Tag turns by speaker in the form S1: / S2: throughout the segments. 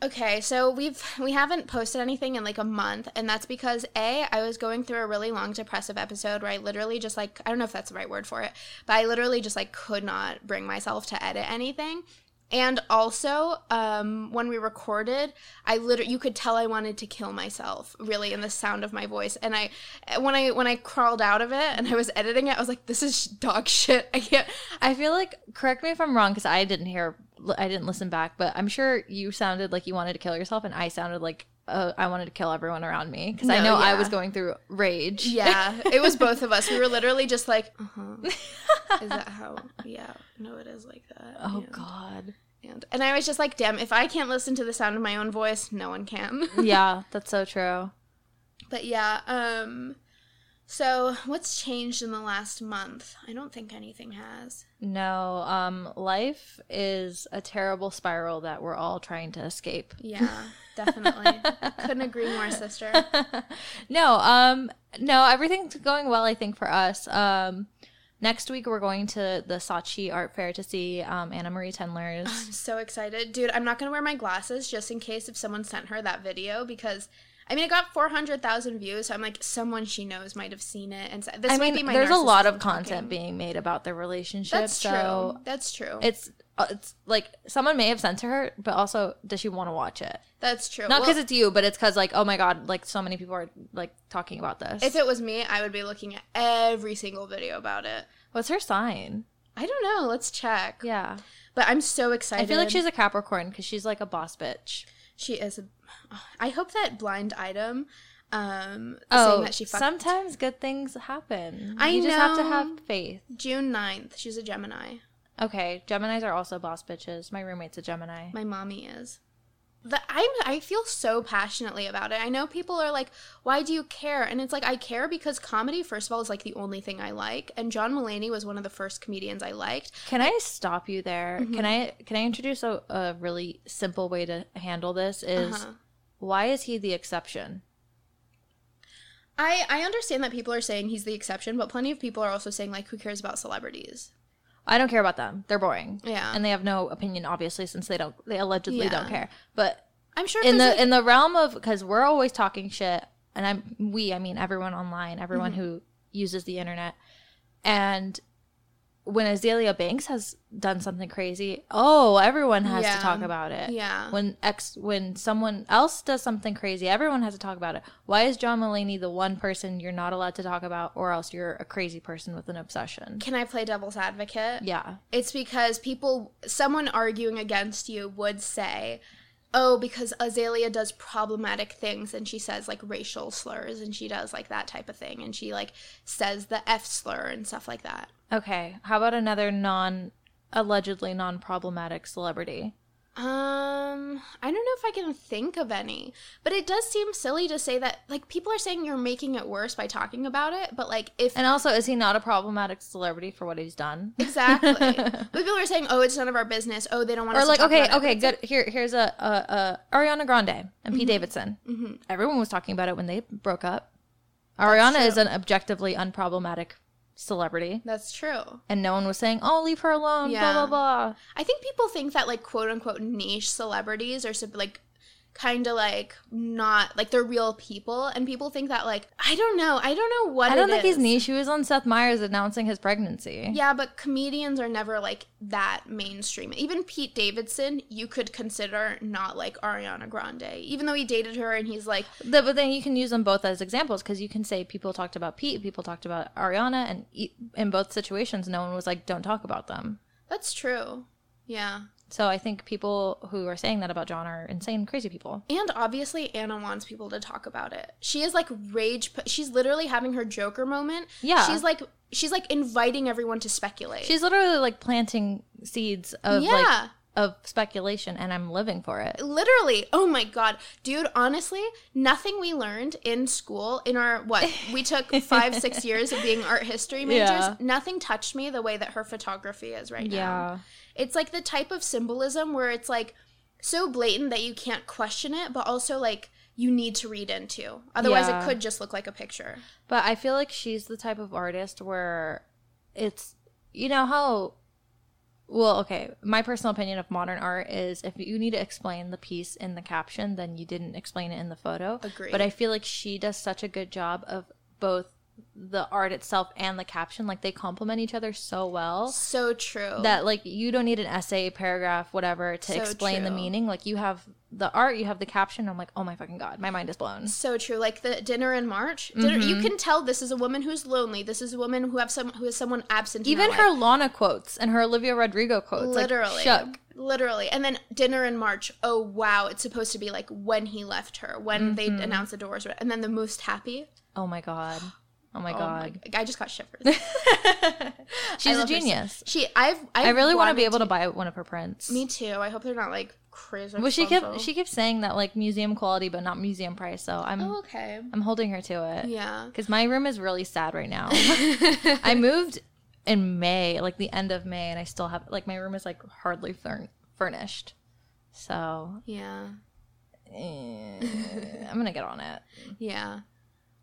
S1: Okay, so we've we haven't posted anything in like a month, and that's because a I was going through a really long depressive episode where I literally just like I don't know if that's the right word for it, but I literally just like could not bring myself to edit anything. And also, um, when we recorded, I literally you could tell I wanted to kill myself, really, in the sound of my voice. And I, when I when I crawled out of it and I was editing it, I was like, "This is dog shit. I can't."
S2: I feel like correct me if I'm wrong because I didn't hear, I didn't listen back, but I'm sure you sounded like you wanted to kill yourself, and I sounded like uh, I wanted to kill everyone around me because I
S1: No,
S2: know I
S1: yeah.
S2: was going through rage.
S1: Yeah, it was both of us. We were literally just like, uh huh. Is that how? Yeah, no, it is like that.
S2: Oh
S1: and,
S2: God.
S1: And, and I was just like, damn, if I can't listen to the sound of my own voice, no one can.
S2: yeah, that's so true.
S1: but yeah, um, so what's changed in the last month? I don't think anything has.
S2: No, um, life is a terrible spiral that we're all trying to escape.
S1: Yeah, definitely. Couldn't agree more, sister.
S2: no, um, no, everything's going well. I think for us. Um, next week we're going to the Saatchi Art Fair to see um, Anna Marie Tendler's.
S1: I'm so excited. Dude, I'm not going to wear my glasses just in case if someone sent her that video because I mean, it got 400,000 views. So I'm like, someone she knows might have seen it. And so, this
S2: I
S1: might be
S2: mean,
S1: my
S2: there's a lot of
S1: narcissism
S2: content
S1: talking.
S2: being made about their relationship.
S1: That's
S2: so
S1: true. That's true.
S2: It's uh, it's like someone may have sent to her, but also does she want to watch it?
S1: That's true. Well,
S2: Not because it's you, but it's because like oh my god, like so many people are like talking about this.
S1: if it was me, I would be looking at every single video about it.
S2: What's her sign?
S1: I don't know. Let's check.
S2: Yeah,
S1: But I'm so excited.
S2: I feel like she's a Capricorn because she's like a boss bitch.
S1: she is. a- I hope that blind item, um,
S2: Oh,
S1: saying that she fucked
S2: sometimes good things happen.
S1: I
S2: you just have to
S1: know.
S2: have faith.
S1: June 9th. She's a Gemini.
S2: Okay, Gemini's are also boss bitches. My roommate's a Gemini.
S1: My mommy is. The, I'm, I feel so passionately about it. I know people are like, why do you care? And it's like, I care because comedy, first of all, is like the only thing I like. And John Mulaney was one of the first comedians I liked.
S2: Can I stop you there?
S1: Mm-hmm.
S2: Can I can I introduce a, a really simple way to handle this? Is
S1: Uh-huh.
S2: why is he the exception?
S1: I, I understand that people are saying he's the exception, but plenty of people are also saying, like, who cares about celebrities?
S2: I don't care about them. They're boring.
S1: Yeah.
S2: And they have no opinion obviously since they don't they allegedly don't
S1: Yeah.
S2: care. But
S1: I'm sure if
S2: in the
S1: there's, like-
S2: in the realm of cuz we're always talking shit and I'm we I mean everyone online, everyone
S1: Mm-hmm.
S2: who uses the internet. And when Azalea Banks has done something crazy, oh, everyone has
S1: Yeah.
S2: to talk about it.
S1: Yeah.
S2: When ex when someone else does something crazy, everyone has to talk about it. Why is John Mulaney the one person you're not allowed to talk about or else you're a crazy person with an obsession?
S1: Can I play devil's advocate?
S2: Yeah.
S1: It's because people, someone arguing against you would say, oh, because Azalea does problematic things and she says like racial slurs and she does like that type of thing and she like says the F slur and stuff like that.
S2: Okay. How about another non allegedly non problematic celebrity?
S1: Um, I don't know if I can think of any, but it does seem silly to say that like people are saying you're making it worse by talking about it, but like if
S2: And also, is he not a problematic celebrity for what he's done?
S1: exactly, but people are saying, oh, it's none of our business. Oh, they don't want
S2: Or
S1: us
S2: like,
S1: to talk
S2: okay,
S1: about it.
S2: okay, good. Here, here's a, a, a Ariana Grande and
S1: Mm-hmm.
S2: Pete Davidson. Everyone was talking about it when they broke up. Ariana is an objectively unproblematic celebrity,
S1: That's true.
S2: and no one was saying, "Oh, leave her alone."
S1: Yeah.
S2: Blah blah blah.
S1: I think people think that like quote unquote niche celebrities are sub- like kind of like not like they're real people, and people think that like I don't know, I don't know what
S2: I don't
S1: it
S2: think he's
S1: is.
S2: niche. He was on Seth Meyers announcing his pregnancy.
S1: Yeah, but comedians are never like that mainstream. Even Pete Davidson, you could consider not like Ariana Grande, even though he dated her and he's like,
S2: The, but then you can use them both as examples because you can say people talked about Pete, people talked about Ariana, and e- in both situations, no one was like, "Don't talk about them."
S1: that's true. Yeah.
S2: So I think people who are saying that about John are insane, crazy people.
S1: And obviously, Anna wants people to talk about it. She is like rage. She's literally having her Joker moment.
S2: Yeah.
S1: She's like, she's like inviting everyone to speculate.
S2: She's literally like planting seeds of like
S1: Yeah.
S2: of speculation, and I'm living for it.
S1: literally oh my god dude honestly nothing we learned in school in our what we took five six years of being art history majors
S2: Yeah.
S1: nothing touched me the way that her photography is right now
S2: Yeah,
S1: it's like the type of symbolism where it's like so blatant that you can't question it but also like you need to read into otherwise
S2: Yeah.
S1: it could just look like a picture
S2: but I feel like she's the type of artist where it's you know how Well, okay. My personal opinion of modern art is if you need to explain the piece in the caption, then you didn't explain it in the photo.
S1: Agreed.
S2: But I feel like she does such a good job of both the art itself and the caption. Like they complement each other so well
S1: So true.
S2: that like you don't need an essay, paragraph, whatever to
S1: Oh. So
S2: explain the
S1: true.
S2: meaning. Like you have the art, you have the caption. I'm like, oh my fucking god, my mind is blown.
S1: so true. Like the dinner in March, dinner,
S2: Mm-hmm.
S1: you can tell this is a woman who's lonely. This is a woman who have some who is someone absent. in
S2: Even
S1: life.
S2: her Lana quotes and her Olivia Rodrigo quotes,
S1: literally,
S2: like, shook.
S1: literally. And then dinner in March. Oh wow, it's supposed to be like when he left her, when they announced the doors, and then the most happy.
S2: Mm-hmm. Oh my god, oh my
S1: Oh my,
S2: god.
S1: I just got shivers. I
S2: She's a
S1: love her so-
S2: genius.
S1: She, I've, I've
S2: I really want to
S1: wanted
S2: be able to buy one of her prints.
S1: Me too. I hope they're not like crazy.
S2: Well, she kept
S1: expensive.
S2: she kept saying that like museum quality, but not museum price. So I'm
S1: Oh, okay.
S2: I'm holding her to it
S1: Yeah.
S2: because my room is really sad right now. I moved in May, like the end of May, and I still have like my room is like hardly furn- furnished. So
S1: Yeah.
S2: eh, I'm gonna get on it.
S1: Yeah.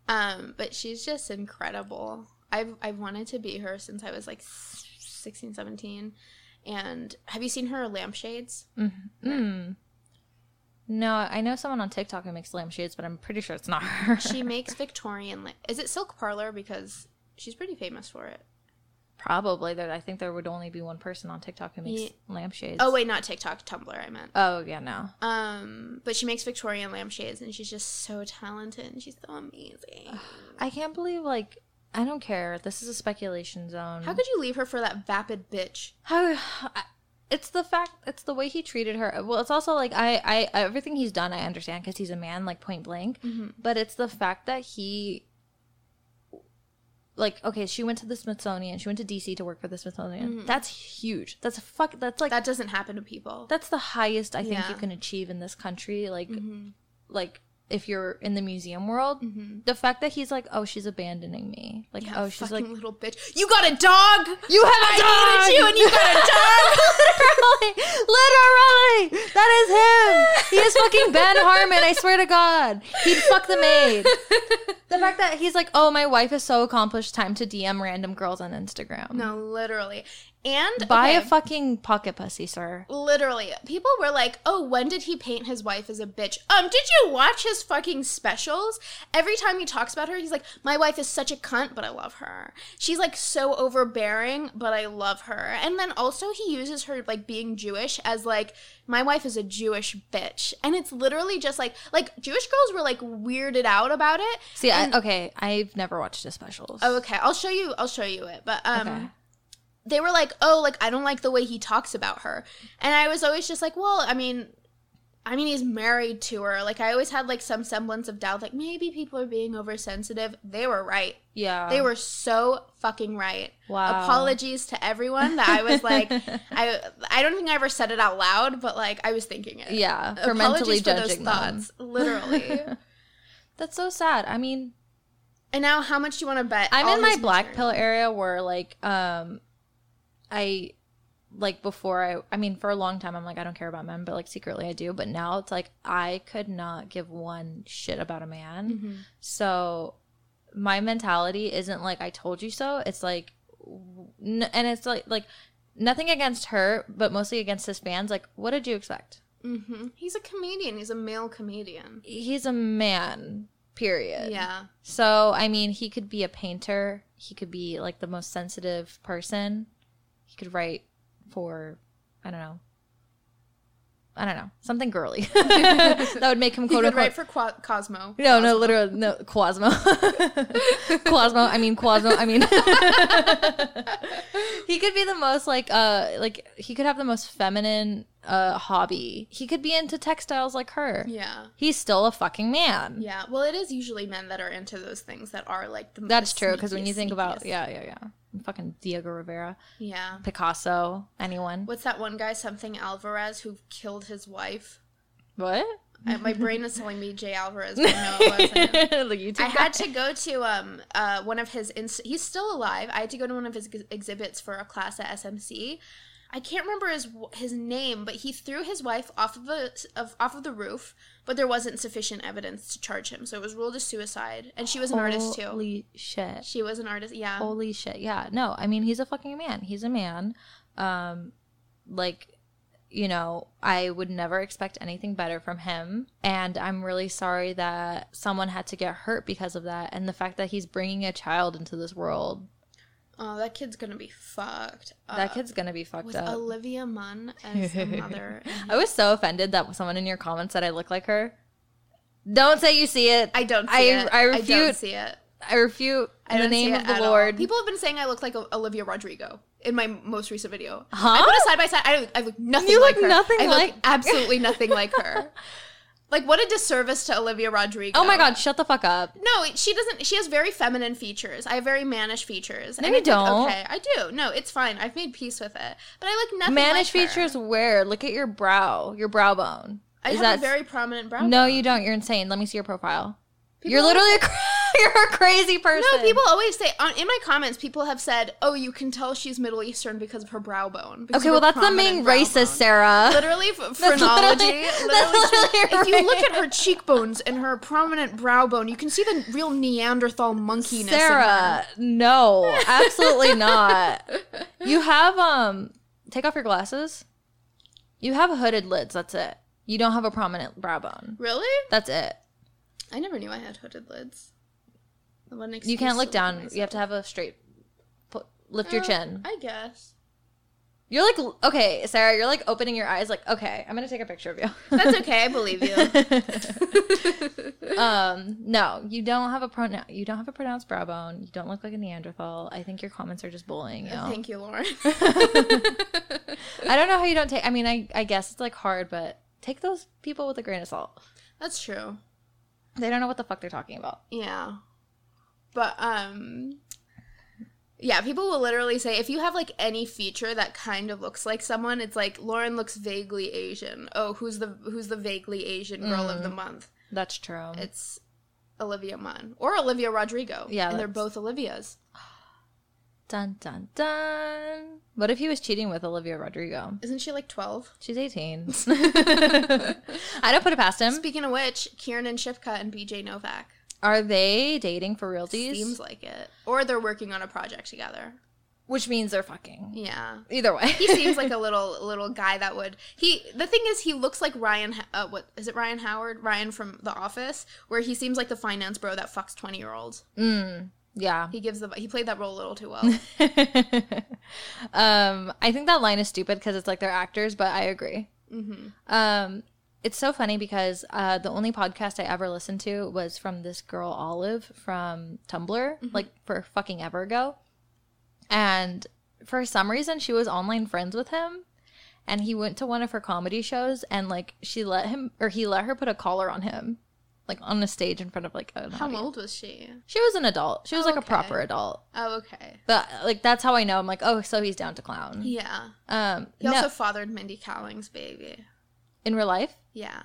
S1: Um, but she's just incredible. I've I've wanted to be her since I was like s- 16, 17. And have you seen her lampshades?
S2: Mm. No, I know someone on TikTok who makes lampshades, but I'm pretty sure it's not her.
S1: She makes Victorian lamp. Is it Silk Parlor because she's pretty famous for it.
S2: Probably there. I think there would only be one person on TikTok who makes
S1: Ye-
S2: lampshades.
S1: Oh wait, not TikTok, Tumblr I meant.
S2: Oh yeah, no.
S1: Um, but she makes Victorian lampshades and she's just so talented and she's so amazing.
S2: I can't believe like I don't care. This is a speculation zone.
S1: How could you leave her for that vapid bitch?
S2: How? I, it's the fact. It's the way he treated her. Well, it's also like I, I everything he's done, I understand because he's a man, like point blank. But it's the fact that he. Like okay, she went to the Smithsonian. She went to DC to work for the Smithsonian. That's huge. That's a fuck. That's like
S1: Mm-hmm. That doesn't happen to people.
S2: that's the highest I think
S1: Yeah.
S2: you can achieve in this country. Like
S1: Mhm.
S2: like if you're in the museum world,
S1: Mhm.
S2: the fact that he's like, oh, she's abandoning me. Like
S1: Yeah,
S2: oh, she's like
S1: fucking little bitch. You got a dog.
S2: You have a
S1: I
S2: dog.
S1: hated you and you got a dog.
S2: literally, literally, that is him. He is fucking Ben Harmon. I swear to God, he'd fuck the maid. The fact that he's like, oh, my wife is so accomplished. Time to DM random girls on Instagram.
S1: No, literally. And
S2: buy a
S1: okay,
S2: fucking pocket pussy, sir.
S1: literally. People were like, "Oh, when did he paint his wife as a bitch?" Um, did you watch his fucking specials? Every time he talks about her, he's like, "My wife is such a cunt, but I love her. She's like so overbearing, but I love her." And then also he uses her like being Jewish as like, "My wife is a Jewish bitch." And it's literally just like like Jewish girls were like weirded out about it.
S2: See, I, okay, I've never watched his specials.
S1: Oh, okay. I'll show you. I'll show you it. But um,
S2: Okay.
S1: they were like, "Oh, like I don't like the way he talks about her," and I was always just like, "Well, I mean." I mean, he's married to her. Like, I always had like some semblance of doubt, like maybe people are being oversensitive. They were right.
S2: yeah,
S1: They were so fucking right.
S2: Wow.
S1: Apologies to everyone that I was like, I I don't think I ever said it out loud, but like I was thinking it.
S2: yeah for
S1: Apologies
S2: mentally
S1: for
S2: judging
S1: those
S2: them.
S1: thoughts, literally.
S2: That's so sad. I mean,
S1: and now, how much do you want to bet?
S2: I'm
S1: all
S2: in my
S1: his
S2: black
S1: material-
S2: pill area where like um I like before I I mean for a long time I'm like I don't care about men but like secretly I do but now it's like I could not give one shit about a man.
S1: Mhm.
S2: So my mentality isn't like I told you so. It's like n- and it's like like nothing against her but mostly against his fans like what did you expect?
S1: hmm He's a comedian. He's a male comedian.
S2: He's a man. Period.
S1: Yeah.
S2: So, I mean, he could be a painter. He could be like the most sensitive person. He could write for, I don't know, I don't know, something girly that would make him
S1: He
S2: quote
S1: could
S2: unquote.
S1: write for Qua- Cosmo.
S2: no, no, literally, no, Quasmo. Quasmo. I mean, Quasmo. I mean, he could be the most like, uh, like he could have the most feminine uh hobby. He could be into textiles like her.
S1: Yeah.
S2: He's still a fucking man.
S1: Yeah. Well, it is usually men that are into those things that are like the
S2: That's
S1: the
S2: true because when
S1: sneakiest,
S2: you think about
S1: sneakiest.
S2: yeah, yeah, yeah, fucking Diego Rivera,
S1: Yeah.
S2: Picasso, anyone.
S1: What's that one guy, something Alvarez, who killed his wife?
S2: What?
S1: I, my brain is telling me Jay Alvarez, but no, it wasn't.
S2: the YouTube.
S1: I had to go to um uh one of his ins- he's still alive. I had to go to one of his ex- exhibits for a class at SMC. I can't remember his w- his name, but he threw his wife off of the of off of the roof, but there wasn't sufficient evidence to charge him, so it was ruled as suicide. And she was an artist too.
S2: Holy shit!
S1: She was an artist. Yeah.
S2: Holy shit! Yeah, no, I mean he's a fucking man. He's a man. Um, like you know, I would never expect anything better from him. And I'm really sorry that someone had to get hurt because of that. And the fact that he's bringing a child into this world,
S1: Oh, that kid's gonna be fucked.
S2: that
S1: up.
S2: kid's going to be fucked
S1: Uh, with
S2: up.
S1: Olivia Munn as the mother. and-
S2: I was so offended that someone in your comments said I look like her. Don't say you see it.
S1: I don't see
S2: I-
S1: it.
S2: I
S1: I don't
S2: refute-
S1: see it.
S2: I refute
S1: I
S2: in the
S1: don't see
S2: name
S1: it
S2: of the
S1: at all.
S2: Lord.
S1: People have been saying I look like O- Olivia Rodrigo in my most recent video. I
S2: Huh?
S1: put a side by side. I look, I look nothing.
S2: Oh. You
S1: like
S2: look
S1: her.
S2: nothing
S1: I look
S2: like-
S1: absolutely nothing like her. Like what a disservice to Olivia Rodrigo.
S2: oh my God, shut the fuck up.
S1: No, it- she doesn't. She has very feminine features. I have very mannish features.
S2: No,
S1: And
S2: you
S1: it's like,
S2: don't.
S1: okay, I do. No, it's fine. I've made peace with it. But I look nothing.
S2: Mannish
S1: like her.
S2: features where? Look at your brow, your brow bone.
S1: I
S2: Is
S1: have a
S2: that
S1: very prominent brow.
S2: No, you don't. You're insane. Let me see your profile.
S1: People
S2: you're
S1: always-
S2: literally a, cra- you're a crazy person.
S1: No, people always say on, in my comments. People have said, "Oh, you can tell she's Middle Eastern because of her brow bone." because
S2: Okay,
S1: of
S2: well
S1: her
S2: that's the
S1: prominent
S2: main
S1: brow
S2: racist,
S1: bone."
S2: Sarah.
S1: Literally, f-
S2: That's
S1: phrenology.
S2: literally- that's
S1: literally
S2: literally
S1: if you look at her cheekbones and her prominent brow bone, you can see the real Neanderthal monkeyness. in her.
S2: Sarah, no, absolutely not. You have um, take off your glasses. You have hooded lids. That's it. You don't have a prominent brow bone.
S1: really?
S2: That's it.
S1: I never knew I had hooded lids. What an
S2: You
S1: excuse
S2: can't
S1: to
S2: look
S1: at
S2: down.
S1: myself.
S2: You have to have a straight. pu- Lift your
S1: Uh,
S2: chin.
S1: I guess.
S2: You're like l- okay, Sarah. You're like opening your eyes. Like okay, I'm gonna take a picture of you.
S1: That's okay. I believe you.
S2: um, no, you don't have a pronoun. You don't have a pronounced brow bone. You don't look like a Neanderthal. I think your comments are just bullying you.
S1: Thank you, Lauren.
S2: I don't know how you don't take. I mean, I I guess it's like hard, but take those people with a grain of salt.
S1: That's true.
S2: They don't know what the fuck they're talking about.
S1: Yeah. But um yeah, people will literally say if you have like any feature that kind of looks like someone, it's like Lauren looks vaguely Asian. Oh, who's the who's the vaguely Asian girl of
S2: Mm.
S1: the month?
S2: That's true.
S1: It's Olivia Munn or Olivia Rodrigo.
S2: Yeah,
S1: and they're
S2: that's-
S1: both Olivias.
S2: dun dun dun. What if he was cheating with Olivia Rodrigo?
S1: Isn't she like twelve?
S2: She's eighteen. I don't put it past him.
S1: Speaking of which, Kieran Shipka and BJ Novak
S2: Are they dating for realties?
S1: seems like it, or they're working on a project together.
S2: Which means they're fucking.
S1: Yeah.
S2: Either way,
S1: He seems like a little little guy that would. He the thing is he looks like Ryan. H- Uh, what is it? Ryan Howard, Ryan from The Office, where he seems like the finance bro that fucks twenty year olds.
S2: Mm, yeah.
S1: He gives the he played that role a little too well.
S2: um, I think that line is stupid because it's like they're actors, but I agree.
S1: hmm
S2: Um, it's so funny because uh, the only podcast I ever listened to was from this girl Olive from Tumblr,
S1: Mm-hmm.
S2: like for fucking ever ago. And for some reason, she was online friends with him, and he went to one of her comedy shows, and like she let him or he let her put a collar on him, like on a stage in front of like an
S1: How
S2: audience.
S1: old was she?
S2: She was an adult. She was
S1: Oh,
S2: like a
S1: okay.
S2: proper adult.
S1: Oh, okay.
S2: But like that's how I know. I'm like, oh, so he's down to clown.
S1: Yeah.
S2: um,
S1: He
S2: no,
S1: also fathered Mindy Cowling's baby.
S2: in real life,
S1: Yeah.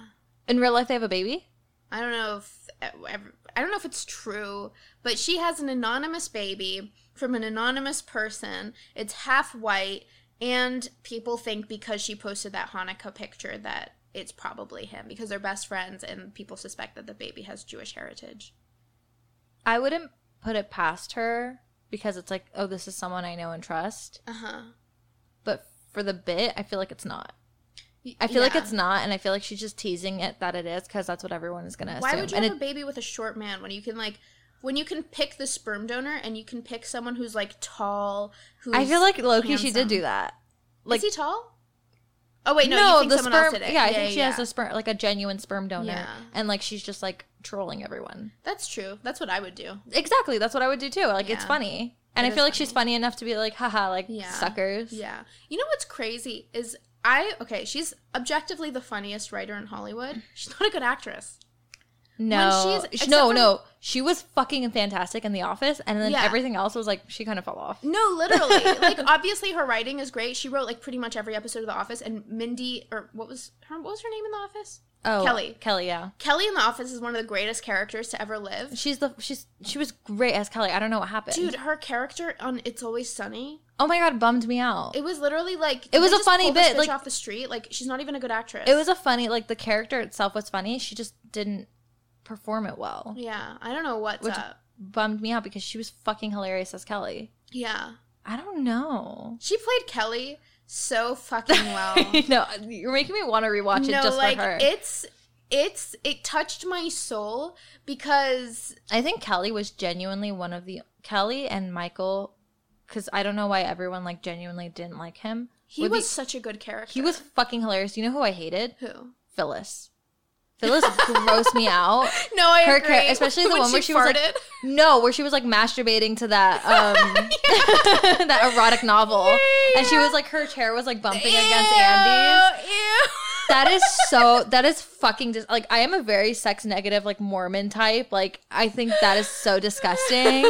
S2: in real life, they have a baby.
S1: I don't know if I don't know if it's true, but she has an anonymous baby from an anonymous person. It's half white, and people think because she posted that Hanukkah picture that it's probably him because they're best friends, and people suspect that the baby has Jewish heritage.
S2: I wouldn't put it past her because it's like, oh, this is someone I know and trust.
S1: Uh huh.
S2: But for the bit, I feel like it's not. I feel like it's not, and I feel like she's just teasing it that it is because that's what everyone is gonna assume.
S1: Why would you
S2: and
S1: have a
S2: it-
S1: baby with a short man when you can like when you can pick the sperm donor and you can pick someone who's like tall? Who's
S2: I feel like Loki, she did
S1: handsome?
S2: do that. Like,
S1: is he tall? Oh wait, no, you think
S2: the
S1: someone
S2: sperm.
S1: else did it.
S2: Yeah, I think she
S1: yeah.
S2: has a sperm, like a genuine sperm donor,
S1: Yeah.
S2: and like she's just like trolling everyone.
S1: That's true. That's what I would do.
S2: Exactly, that's what I would do too. Like, it's
S1: Yeah.
S2: funny, and
S1: It
S2: I
S1: is
S2: feel like she's funny enough to be like, haha, like
S1: Yeah.
S2: suckers.
S1: Yeah. You know what's crazy is I okay, she's objectively the funniest writer in Hollywood. She's not a good actress.
S2: No,
S1: she's-
S2: Sh- no,
S1: except
S2: no. She was fucking fantastic in The Office, and then
S1: Yeah.
S2: everything else was like she kind of fell off.
S1: No, literally. like obviously her writing is great. She wrote like pretty much every episode of The Office and Mindy or what was her what was her name in The Office?
S2: Oh,
S1: Kelly.
S2: Kelly, yeah,
S1: Kelly in The Office is one of the greatest characters to ever live.
S2: she's the she's she was great as Kelly. I don't know what happened.
S1: Dude, her character on It's Always Sunny,
S2: oh my god, bummed me out. It,
S1: it was literally like
S2: was
S1: they
S2: a
S1: just
S2: funny
S1: pulled this
S2: bit,
S1: bitch
S2: like-
S1: off the street. Like she's not even a good actress.
S2: was a funny like the character itself was funny. She just didn't perform it well.
S1: yeah. I don't know what's
S2: Which-
S1: up.
S2: Bummed me out because she was fucking hilarious as Kelly.
S1: Yeah.
S2: I don't know.
S1: She played Kelly so fucking well.
S2: no, you're making me want to rewatch it
S1: Oh. no,
S2: just
S1: like
S2: for her.
S1: it's it's it touched my soul because
S2: I think Kelly was genuinely one of the Kelly and Michael, because I don't know why everyone like genuinely didn't like him.
S1: he
S2: Were the-
S1: was such a good character.
S2: he was fucking hilarious. You know who I hated?
S1: who?
S2: Phyllis. Phyllis grossed me out.
S1: No, I
S2: Her
S1: agree.
S2: char- especially the
S1: When
S2: one where she was, like,
S1: farted.
S2: No, where she was like masturbating to that um that erotic novel, and she was like her chair was like bumping against Andy's.
S1: Ew, ew.
S2: That is so. That is fucking. Dis- like I am a very sex negative, like Mormon type. Like I think that is so disgusting.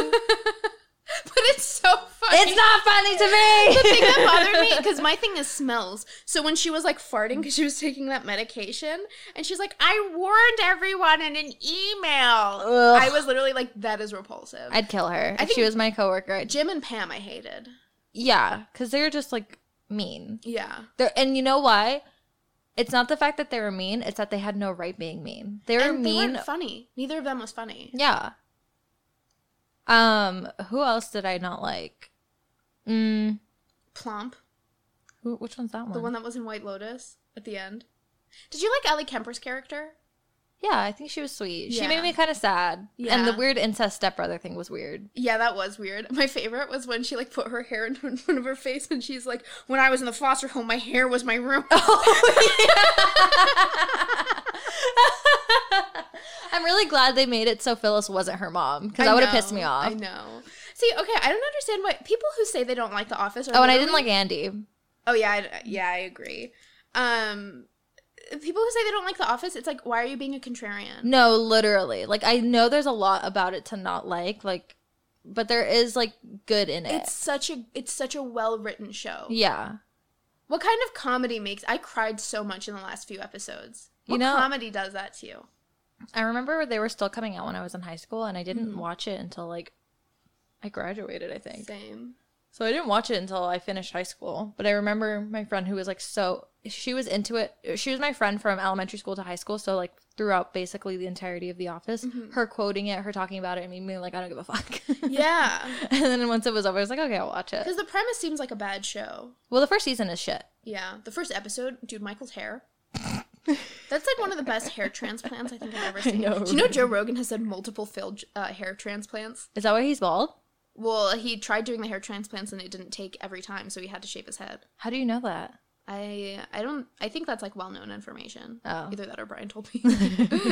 S1: but it's so funny.
S2: It's not funny to me.
S1: the thing that bothered me because my thing is smells. So when she was like farting because she was taking that medication, and she's like, "I warned everyone in an email."
S2: Ugh.
S1: I was literally like, "That is repulsive."
S2: I'd kill her.
S1: I
S2: if she
S1: think-
S2: was my coworker. I'd-
S1: Jim and Pam, I hated.
S2: Yeah, because they're just like mean.
S1: Yeah,
S2: They're and you know why? It's not the fact that they were mean. It's that they had no right being mean. They were
S1: and they
S2: mean.
S1: weren't funny. Neither of them was funny.
S2: yeah. Um. Who else did I not like? Mm.
S1: Plump,
S2: Who, which one's that one?
S1: the one that was in White Lotus at the end. Did you like Ellie Kemper's character?
S2: Yeah, I think she was sweet. She
S1: Yeah.
S2: made me kind of sad. And
S1: Yeah.
S2: the weird incest stepbrother thing was weird.
S1: Yeah, that was weird. My favorite was when she like put her hair in front of her face, and she's like, "When I was in the foster home, my hair was my room." Oh,
S2: I'm really glad they made it so Phyllis wasn't her mom because that would have pissed me
S1: know,
S2: off.
S1: I know. See, okay, I don't understand why people who say they don't like The Office. Are
S2: Oh, and I
S1: literally-
S2: didn't like Andy.
S1: Oh yeah, I, yeah, I agree. Um, people who say they don't like The Office, it's like, why are you being a contrarian?
S2: No, literally. Like I know there's a lot about it to not like, like, but there is like good in it.
S1: It's such a it's such a well written show.
S2: yeah.
S1: What kind of comedy makes I cried so much in the last few episodes?
S2: You
S1: What
S2: know-
S1: comedy does that to you?
S2: I remember they were still coming out when I was in high school, and I didn't
S1: Mm.
S2: watch it until like I graduated. I think.
S1: Same.
S2: So I didn't watch it until I finished high school. But I remember my friend who was like so she was into it. She was my friend from elementary school to high school, so like throughout basically the entirety of the office, her quoting it, her talking about it, and me being like, I don't give a fuck.
S1: Yeah,
S2: and then once it was over, I was like, okay, I'll watch it.
S1: because the premise seems like a bad show.
S2: Well, the first season is shit.
S1: Yeah, the first episode, dude, Michael's hair. That's like one of the best hair transplants I think I've ever seen.
S2: know,
S1: Do you know
S2: right?
S1: Joe Rogan has had multiple failed uh, hair transplants?
S2: Is that why he's bald?
S1: Well, he tried doing the hair transplants and it didn't take every time, so he had to shave his head.
S2: How do you know that?
S1: I I don't I think that's like well known information.
S2: Oh.
S1: Either that or Brian told me.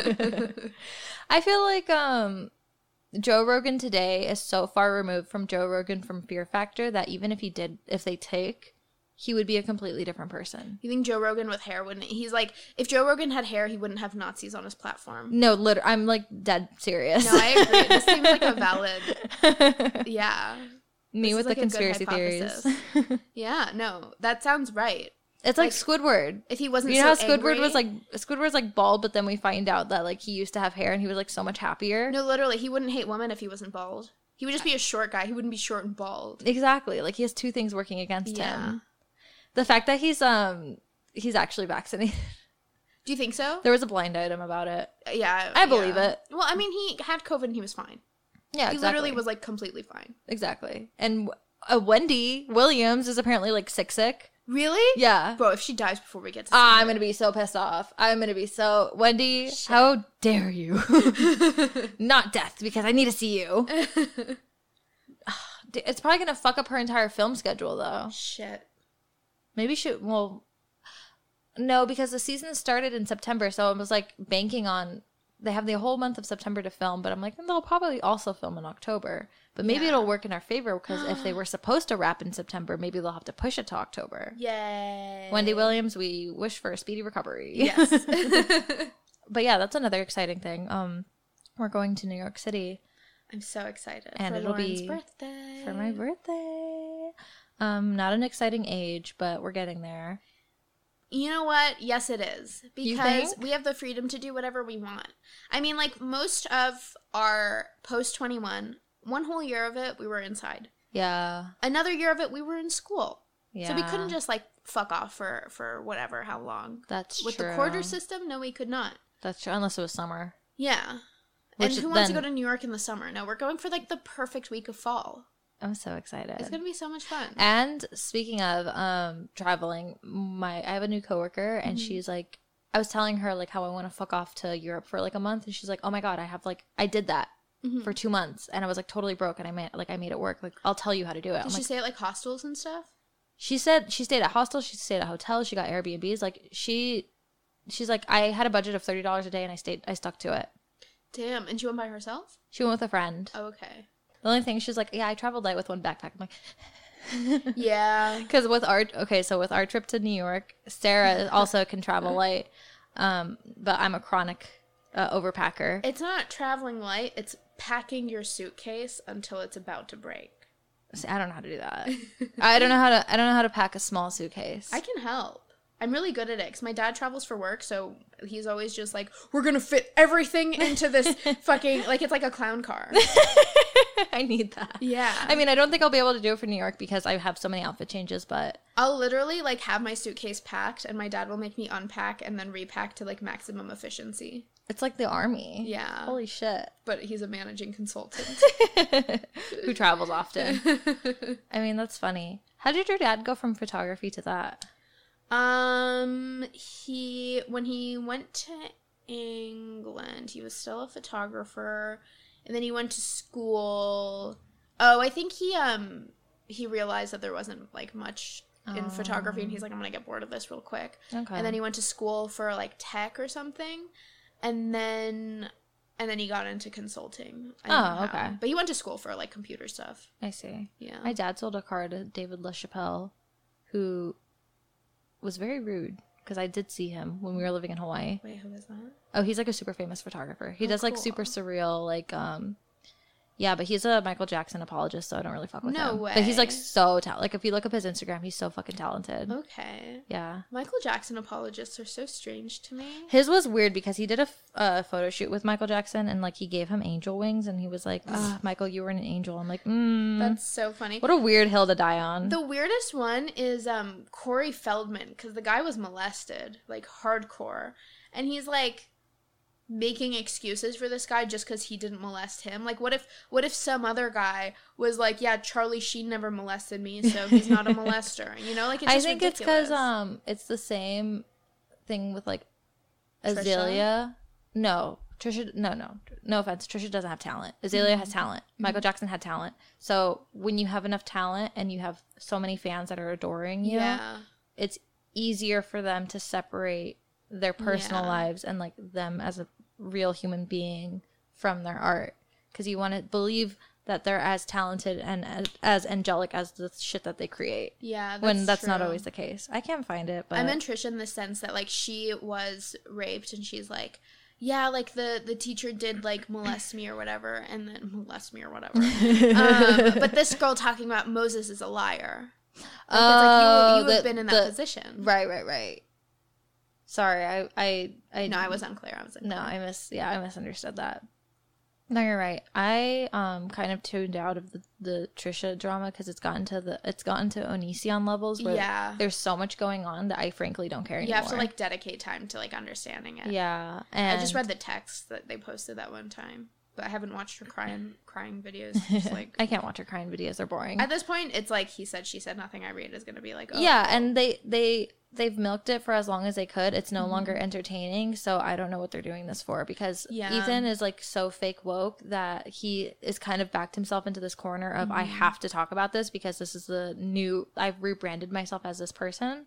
S2: I feel like um Joe Rogan today is so far removed from Joe Rogan from Fear Factor that even if he did if they take, he would be a completely different person.
S1: you think Joe Rogan with hair wouldn't? He's like if Joe Rogan had hair, he wouldn't have Nazis on his platform.
S2: No, literally, I'm like dead serious.
S1: No, I agree. this seems like a valid. Yeah.
S2: Me
S1: This
S2: with
S1: is, like,
S2: the
S1: a good
S2: conspiracy theories.
S1: hypothesis. Yeah. No, that sounds right.
S2: it's like, Squidward.
S1: If he wasn't,
S2: You know how
S1: so
S2: Squidward was
S1: angry-
S2: like Squidward's like bald, but then we find out that like he used to have hair and he was like so much happier.
S1: No, literally, he wouldn't hate women if he wasn't bald. He would just be a short guy. He wouldn't be short and bald.
S2: Exactly. Like he has two things working against
S1: Yeah.
S2: him. The fact that he's um he's actually vaccinated.
S1: Do you think so?
S2: there was a blind item about it.
S1: Yeah,
S2: I believe
S1: yeah.
S2: it.
S1: Well, I mean, he had COVID and he was fine.
S2: Yeah,
S1: He
S2: exactly.
S1: literally was like completely fine.
S2: exactly. And uh, Wendy Williams is apparently like sick sick.
S1: Really?
S2: Yeah.
S1: Bro, if she dies before we get to, see
S2: Ah, I'm
S1: her-
S2: gonna be so pissed off. I'm gonna be so Wendy. How dare you? Not death because I need to see you. D- it's probably gonna fuck up her entire film schedule though.
S1: Oh, shit.
S2: Maybe she well, no, because the season started in September, so I was like banking on they have the whole month of September to film, but I'm like they'll probably also film in October. But maybe
S1: Yeah.
S2: it'll work in our favor because if they were supposed to wrap in September, maybe they'll have to push it to October.
S1: Yay.
S2: Wendy Williams, we wish for a speedy recovery.
S1: Yes.
S2: but yeah, that's another exciting thing. Um, we're going to New York City
S1: I'm so excited.
S2: And
S1: for
S2: it'll
S1: Lauren's
S2: be
S1: birthday.
S2: for my birthday. Um, not an exciting age, but we're getting there.
S1: You know what? Yes, it is
S2: You
S1: because
S2: think?
S1: we have the freedom to do whatever we want. I mean, like most of our post 21, one whole year of it we were inside.
S2: Yeah,
S1: Another year of it we were in school.
S2: yeah.
S1: So we couldn't just like fuck off for for whatever how long.
S2: That's
S1: With
S2: true.
S1: the quarter system, no, we could not.
S2: That's true, unless it was summer.
S1: Yeah.
S2: Which
S1: and who wants to go
S2: then-
S1: to New York in the summer? No, we're going for like the perfect week of fall.
S2: I'm so excited.
S1: It's gonna be so much fun.
S2: And speaking of um traveling, my I have a new coworker and
S1: Mm-hmm.
S2: she's like I was telling her like how I want to fuck off to Europe for like a month and she's like, "Oh my god, I have like I did that
S1: Mm-hmm.
S2: for 2 months and I was like totally broke and I made like I made it work. Like I'll tell you how to do it."
S1: Did
S2: I'm
S1: she
S2: like,
S1: say it like hostels and stuff?
S2: she said she stayed at hostels, she stayed at hotels, she got Airbnbs. Like she she's like I had a budget of $30 a day and I stayed I stuck to it.
S1: Damn. And she went by herself?
S2: She went with a friend.
S1: Oh, okay.
S2: The only thing she's like, "Yeah, I traveled light with one backpack." I'm like,
S1: yeah.
S2: Because with our okay, so with our trip to New York, Sarah also can travel light, um, but I'm a chronic uh, overpacker.
S1: It's not traveling light, it's packing your suitcase until it's about to break.
S2: See, I don't know how to do that. I don't know how to. I don't know how to pack a small suitcase.
S1: I can help. I'm really good at it because my dad travels for work, so he's always just like, "We're gonna fit everything into this fucking like it's like a clown car."
S2: I need that.
S1: Yeah,
S2: I mean, I don't think I'll be able to do it for New York because I have so many outfit changes. But
S1: I'll literally like have my suitcase packed, and my dad will make me unpack and then repack to like maximum efficiency.
S2: it's like the army.
S1: Yeah,
S2: Eh, Holy shit.
S1: but he's a managing consultant.
S2: Who travels often? I mean, that's funny. How did your dad go from photography to that?
S1: Um, he when he went to England, he was still a photographer, and then he went to school. Oh, I think he um he realized that there wasn't like much in photography, and he's like, I'm gonna get bored of this real quick.
S2: Okay.
S1: And then he went to school for like tech or something, and then and then he got into consulting. I don't
S2: Oh,
S1: know how.
S2: okay.
S1: But he went to school for like computer stuff.
S2: I see.
S1: Yeah.
S2: My dad sold a car to David LaChapelle, who was very rude because I did see him when we were living in Hawaii.
S1: Wait, who is that?
S2: Oh, he's like a super famous photographer. He
S1: Oh,
S2: does like
S1: cool.
S2: super surreal, like um, yeah. But he's a Michael Jackson apologist, so I don't really fuck with
S1: No
S2: him. But he's like
S1: way. Oh.
S2: so talented. Like if you look up his Instagram, he's so fucking talented.
S1: Okay.
S2: Yeah.
S1: Michael Jackson apologists are so strange to me.
S2: His was weird because he did a, f- a photo shoot with Michael Jackson and like he gave him angel wings and he was like, ah, Michael, you were an angel. I'm like, mm,
S1: That's so funny.
S2: what a weird hill to die on.
S1: The weirdest one is um Corey Feldman because the guy was molested like hardcore, and he's like making excuses for this guy just because he didn't molest him. Like, what if what if some other guy was like, yeah, Charlie Sheen never molested me, so he's not a molester. You know, like it's
S2: I
S1: just
S2: think it's because
S1: ridiculous.
S2: um, it's the same thing with like
S1: Trisha?
S2: Azalea. No, Trisha. No, no, no offense. Trisha doesn't have talent. Azalea
S1: Mm-hmm.
S2: has talent. Michael Jackson had talent. So when you have enough talent and you have so many fans that are adoring you,
S1: yeah.
S2: it's easier for them to separate their personal
S1: Yeah.
S2: lives and like them as a real human being from their art because you want to believe that they're as talented and as, as angelic as the shit that they create
S1: Yeah, that's
S2: when that's not
S1: true.
S2: always the case. I can't find it, but
S1: I meant Trisha in the sense that like she was raped and she's like, yeah, like the the teacher did like molest me or whatever, and then molest me or whatever. um, but this girl talking about Moses is a liar. Like, it's like you, you have
S2: Oh, the-
S1: been in
S2: the-
S1: that position.
S2: Right, right, right. Sorry, I, I, I
S1: No, I was unclear. I was like,
S2: No, I miss. Yeah, I misunderstood that. No, you're right. I um kind of tuned out of the, the Trisha drama because it's gotten to the it's gotten to Onision levels where
S1: yeah,
S2: there's so much going on that I frankly don't care
S1: you
S2: anymore.
S1: have to like dedicate time to like understanding it.
S2: yeah. And
S1: I just read the text that they posted that one time, but I haven't watched her crying crying videos. Just like
S2: I can't watch her crying videos. They're boring.
S1: at this point, it's like he said, she said, nothing I read is gonna be like, oh,
S2: yeah, and they they they've milked it for as long as they could. It's no longer entertaining, so I don't know what they're doing this for because
S1: Mm-hmm. Yeah.
S2: Ethan is like so fake woke that he is kind of backed himself into this corner of
S1: Mm-hmm.
S2: I have to talk about this because this is the new I've rebranded myself as this person.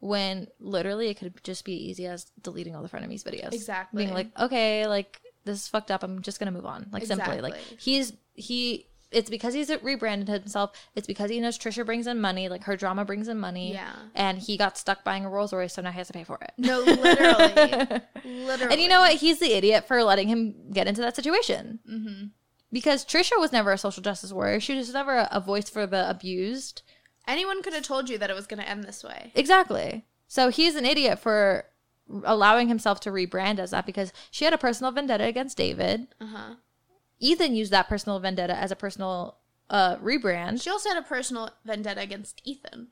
S2: When literally it could just be easy as deleting all the frenemies videos.
S1: Exactly.
S2: Being like, okay, like this is fucked up. I'm just gonna move on. Like simply, like
S1: Exactly.
S2: he's he. It's because he's rebranded himself. It's because he knows Trisha brings in money. Like her drama brings in money.
S1: Yeah.
S2: And he got stuck buying a Rolls Royce, so now he has to pay for it.
S1: No, literally. literally.
S2: And you know what? He's the idiot for letting him get into that situation. Mm-hmm. Because Trisha was never a social justice warrior. She was never a, a voice for the abused.
S1: Anyone could have told you that it was going to end this way.
S2: Exactly. So he's an idiot for allowing himself to rebrand as that because she had a personal vendetta against David.
S1: Uh huh.
S2: Ethan used that personal vendetta as a personal uh, rebrand.
S1: She also had a personal vendetta against Ethan.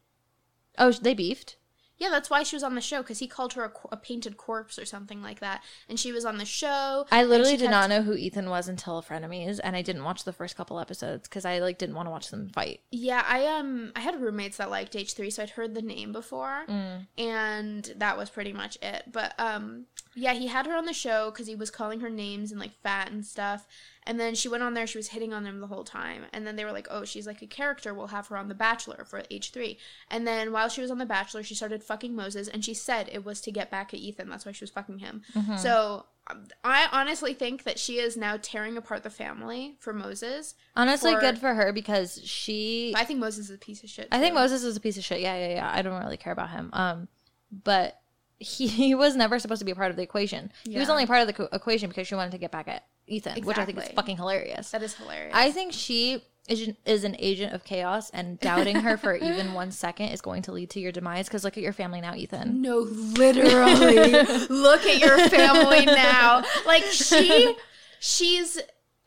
S2: Oh, they beefed.
S1: Yeah, that's why she was on the show because he called her a, qu- a painted corpse or something like that, and she was on the show.
S2: I
S1: and
S2: literally
S1: she
S2: did
S1: kept-
S2: not know who Ethan was until Frenemies, and I didn't watch the first couple episodes because I like didn't want to watch them fight.
S1: Yeah, I um I had roommates that liked H three, so I'd heard the name before,
S2: Mm.
S1: and that was pretty much it. But um yeah, he had her on the show because he was calling her names and like fat and stuff. And then she went on there, she was hitting on him the whole time. And then they were like, "Oh, she's like a character. We'll have her on The Bachelor for H three. And then while she was on The Bachelor, she started fucking Moses, and she said it was to get back at Ethan. That's why she was fucking him.
S2: Mm-hmm.
S1: So. um, I honestly think that she is now tearing apart the family for Moses.
S2: Honestly,
S1: for-
S2: good for her because she.
S1: But I think Moses is a piece of shit.
S2: I think
S1: too.
S2: Moses was a piece of shit. Yeah, yeah, yeah. I don't really care about him. Um, but he, he was never supposed to be a part of the equation. He was
S1: Yeah.
S2: only part of the co- equation because she wanted to get back at Ethan, which I think is
S1: Exactly.
S2: fucking hilarious.
S1: That is hilarious.
S2: I think she is, is an agent of chaos, and doubting her for even one second is going to lead to your demise. Because look at your family now, Ethan.
S1: no, literally. Look at your family now. Like she, she's.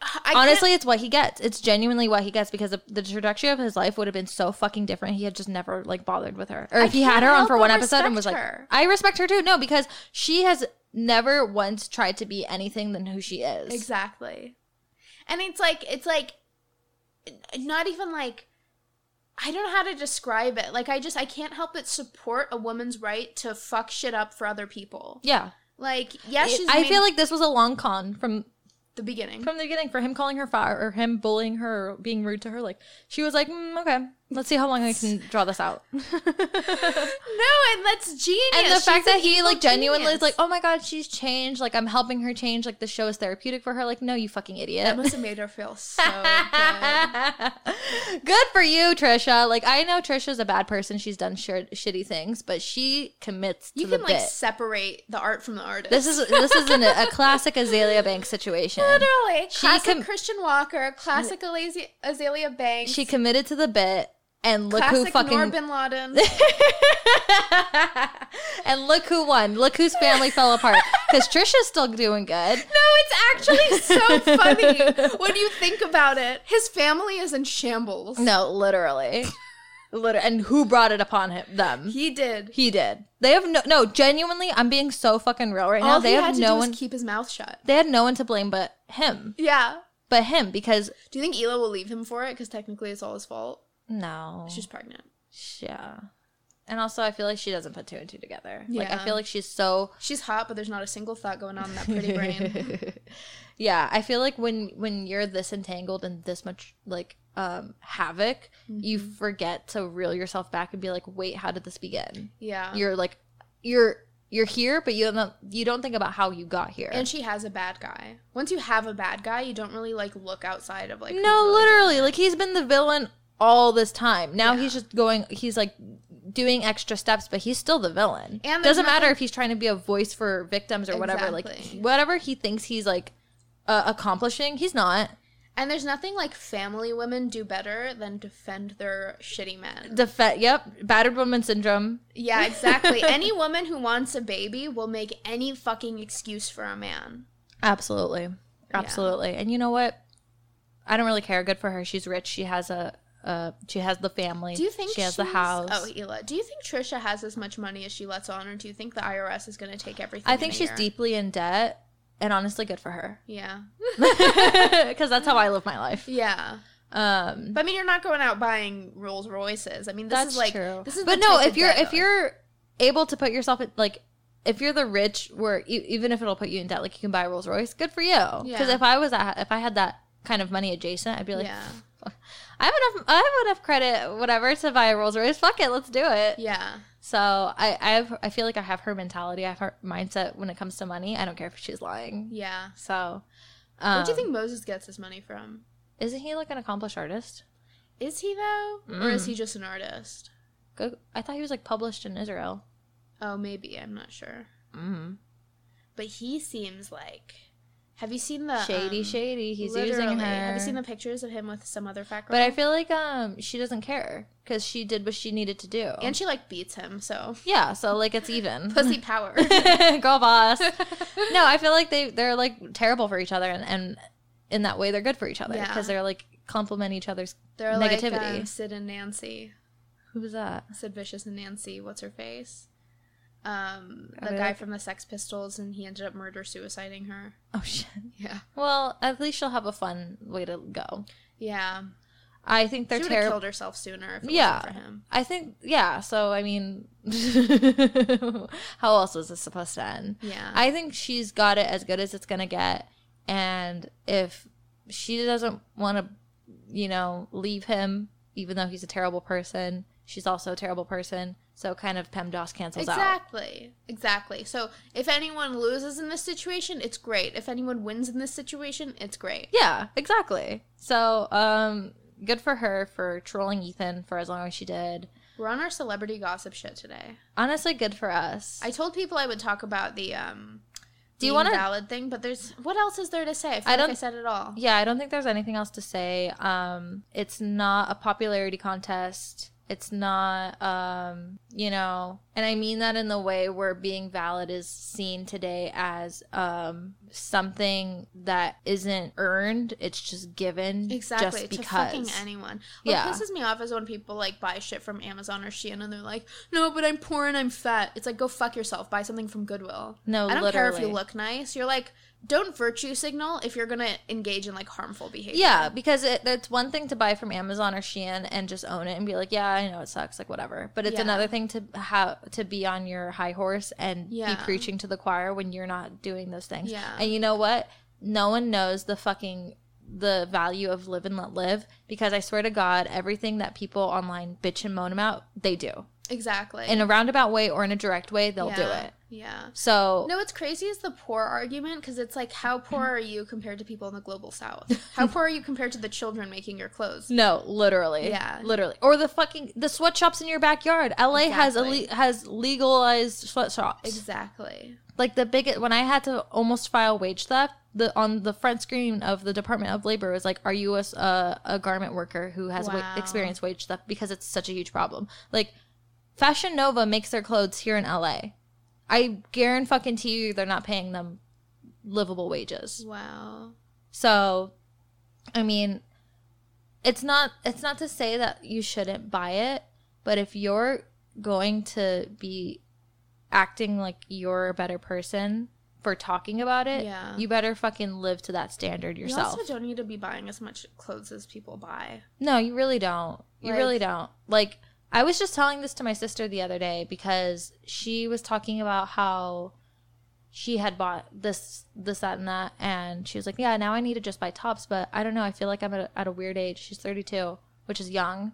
S1: I honestly,
S2: Honestly, it's what he gets. It's genuinely what he gets because the, the trajectory of his life would have been so fucking different. He had just never like bothered with her, or if he had
S1: can't
S2: her on
S1: help
S2: for
S1: but
S2: one episode
S1: respect
S2: and was like,
S1: her.
S2: "I respect her too." No, because she has never once tried to be anything than who she is.
S1: exactly. And it's like it's like, not even like. I don't know how to describe it. Like I just I can't help but support a woman's right to fuck shit up for other people.
S2: Yeah,
S1: Like yeah, she's
S2: I
S1: made-
S2: feel like this was a long con from
S1: the beginning.
S2: from the beginning for him calling her fire or him bullying her or being rude to her. Like she was like, mm, "Okay, let's see how long I can draw this out."
S1: no, and that's genius.
S2: and the fact
S1: She's an
S2: that he
S1: evil
S2: like genuinely
S1: genius.
S2: is like, oh my god, she's changed. Like I'm helping her change. Like the show is therapeutic for her. Like no, you fucking
S1: that
S2: idiot.
S1: must have made her feel so good.
S2: Good for you, Trisha. Like I know Trisha's a bad person. She's done shir- shitty things, but she commits to
S1: You
S2: the
S1: can like
S2: bit.
S1: separate the art from the artist.
S2: this is this is an, a classic Azalea Banks situation.
S1: literally
S2: She
S1: classic
S2: com-
S1: Christian Walker, classic Alazi- Azalea Banks,
S2: She committed to the bit, and look
S1: classic
S2: who fucking
S1: Nor Bin Laden.
S2: and look who won. Look whose family fell apart because Trisha's still doing good.
S1: no, it's actually so funny when you think about it. His family is in shambles.
S2: No, literally, literally, and who brought it upon him? Them.
S1: He did.
S2: He did. They have no, no. Genuinely, I'm being so fucking real right now.
S1: All
S2: They
S1: he
S2: have
S1: had to
S2: no
S1: do
S2: one.
S1: was keep his mouth shut.
S2: they had no one to blame but him,
S1: Yeah.
S2: but him because
S1: Do you think Ela will leave him for it? Because technically, it's all his fault.
S2: no,
S1: She's pregnant.
S2: yeah. And also, I feel like she doesn't put two and two together. Like I
S1: Yeah.
S2: feel like she's so.
S1: She's hot, but there's not a single thought going on in that pretty brain. Mm-hmm.
S2: yeah, I feel like when when you're this entangled and this much like um havoc, you
S1: Mm-hmm.
S2: forget to reel yourself back and be like, wait, how did this begin?
S1: Yeah.
S2: You're like, you're you're here, but you don't you don't think about how you got here.
S1: and she has a bad guy. Once you have a bad guy, you don't really like look outside of like who's
S2: No,
S1: really
S2: literally. Like he's been the villain all this time. Now he's just going. He's like doing extra steps, but he's still the villain.
S1: And there's
S2: doesn't matter if he's trying to be a voice for victims or whatever. Like
S1: Exactly.
S2: whatever he thinks he's like uh, accomplishing, he's not.
S1: And there's nothing like family women do better than defend their shitty men.
S2: Defe- yep, battered woman syndrome.
S1: Yeah, exactly. any woman who wants a baby will make any fucking excuse for a man.
S2: Absolutely, absolutely. And you know what? I don't really care. Good for her. She's rich. She has a. Uh, she has the family.
S1: Do you think
S2: she has the
S1: she's-
S2: house?
S1: Oh, Hila. Do you think Trisha has as much money as she lets on, or do you think the IRS is going to take everything?
S2: I
S1: in
S2: think
S1: a
S2: she's
S1: year?
S2: deeply in debt, and honestly, good for her
S1: Yeah,
S2: because that's how I live my life.
S1: yeah.
S2: Um,
S1: But I mean, you're not going out buying Rolls Royces. I mean, this
S2: That's
S1: is like
S2: true.
S1: this is.
S2: but
S1: the
S2: no,
S1: type
S2: if
S1: of
S2: you're
S1: debt,
S2: if
S1: though.
S2: you're able to put yourself in like if you're the rich, where e- even if it'll put you in debt, like you can buy a Rolls Royce, good for you. Because
S1: Yeah.
S2: if I was at, if I had that kind of money adjacent, I'd be like,
S1: yeah,
S2: I have enough, I have enough credit, whatever, to buy a Rolls Royce. Fuck it, let's do it.
S1: yeah.
S2: So I I have I feel like I have her mentality, I have her mindset when it comes to money. I don't care if she's lying.
S1: Yeah.
S2: So. Um,
S1: Where do you think Moses gets his money from?
S2: Isn't he like an accomplished artist?
S1: Is he though, or is
S2: mm.
S1: he just an artist?
S2: Go, I thought he was like published in Israel.
S1: Oh, maybe I'm not sure. Mm-hmm.
S2: Mm.
S1: But he seems like. Have you seen the
S2: Uh, Shady,
S1: um,
S2: shady. He's using
S1: literally-
S2: her.
S1: Have you seen the pictures of him with some other fat girl?
S2: But I feel like um she doesn't care because she did what she needed to do.
S1: and she like beats him, so
S2: yeah, so like it's even.
S1: pussy power.
S2: Girl boss. no, I feel like they they're like terrible for each other and, and in that way they're good for each other
S1: Yeah.
S2: because they're like complement each other's
S1: They're
S2: negativity.
S1: like um, Sid and Nancy.
S2: Who was that?
S1: Sid Vicious and Nancy. What's her face? um, the
S2: Really?
S1: guy from the Sex Pistols, and he ended up murder suiciding her.
S2: Oh shit.
S1: Yeah,
S2: Well, at least she'll have a fun way to go.
S1: yeah.
S2: I think they're
S1: she would have
S2: terrible.
S1: killed herself sooner if it
S2: Yeah.
S1: wasn't for him.
S2: I think yeah. So I mean, how else was this supposed to end?
S1: Yeah,
S2: I think she's got it as good as it's gonna get, and if she doesn't want to, you know, leave him, even though he's a terrible person, she's also a terrible person. So kind of PEMDAS cancels out.
S1: exactly, exactly. So if anyone loses in this situation, it's great. If anyone wins in this situation, it's great.
S2: Yeah, exactly. So um, good for her for trolling Ethan for as long as she did.
S1: We're on our celebrity gossip shit today.
S2: Honestly, good for us.
S1: I told people I would talk about the um
S2: Do you
S1: the
S2: wanna-
S1: invalid thing, but there's what else is there to say? I feel
S2: I
S1: like I
S2: don't-
S1: said it all.
S2: yeah, I don't think there's anything else to say. Um, it's not a popularity contest. It's not, um, you know, and I mean that in the way where being valid is seen today as um, something that isn't earned. It's just given
S1: Exactly
S2: just
S1: to fucking
S2: because.
S1: anyone. What
S2: Yeah.
S1: pisses me off is when people like buy shit from Amazon or Shein and they're like, "No, but I'm poor and I'm fat." It's like, go fuck yourself. Buy something from Goodwill.
S2: No,
S1: I don't care if you
S2: literally.
S1: look nice. You're like, don't virtue signal if you're gonna engage in like harmful behavior.
S2: Yeah, because it, it's one thing to buy from Amazon or Shein and just own it and be like, yeah, I know it sucks, like whatever. But it's
S1: Yeah.
S2: another thing to have to be on your high horse and
S1: Yeah.
S2: be preaching to the choir when you're not doing those things.
S1: Yeah.
S2: And you know what? No one knows the fucking the value of live and let live because I swear to God, everything that people online bitch and moan about, they do
S1: exactly.
S2: in a roundabout way or in a direct way. They'll do
S1: Yeah.
S2: it.
S1: Yeah.
S2: So
S1: No, what's crazy is the poor argument because it's like, how poor are you compared to people in the global south? How poor are you compared to the children making your clothes?
S2: No, literally.
S1: Yeah.
S2: Literally. Or the fucking the sweatshops in your backyard. LA has
S1: Exactly.
S2: ele- has legalized sweatshops.
S1: Exactly.
S2: like the biggest when I had to almost file wage theft, the on the front screen of the Department of Labor was like, "Are you a s- a, a garment worker who has wa-
S1: Wow.
S2: experienced wage theft because it's such a huge problem?" Like Fashion Nova makes their clothes here in LA. I guarantee fucking to you they're not paying them livable wages.
S1: Wow.
S2: So, I mean, it's not it's not to say that you shouldn't buy it, but if you're going to be acting like you're a better person for talking about it,
S1: Yeah.
S2: you better fucking live to that standard yourself.
S1: You also don't need to be buying as much clothes as people buy.
S2: No, you really don't. You
S1: Like-
S2: really don't. Like, I was just telling this to my sister the other day because she was talking about how she had bought this, this, that, and that. And she was like, Yeah, now I need to just buy tops. But I don't know. I feel like I'm at a, at a weird age. She's 32, which is young.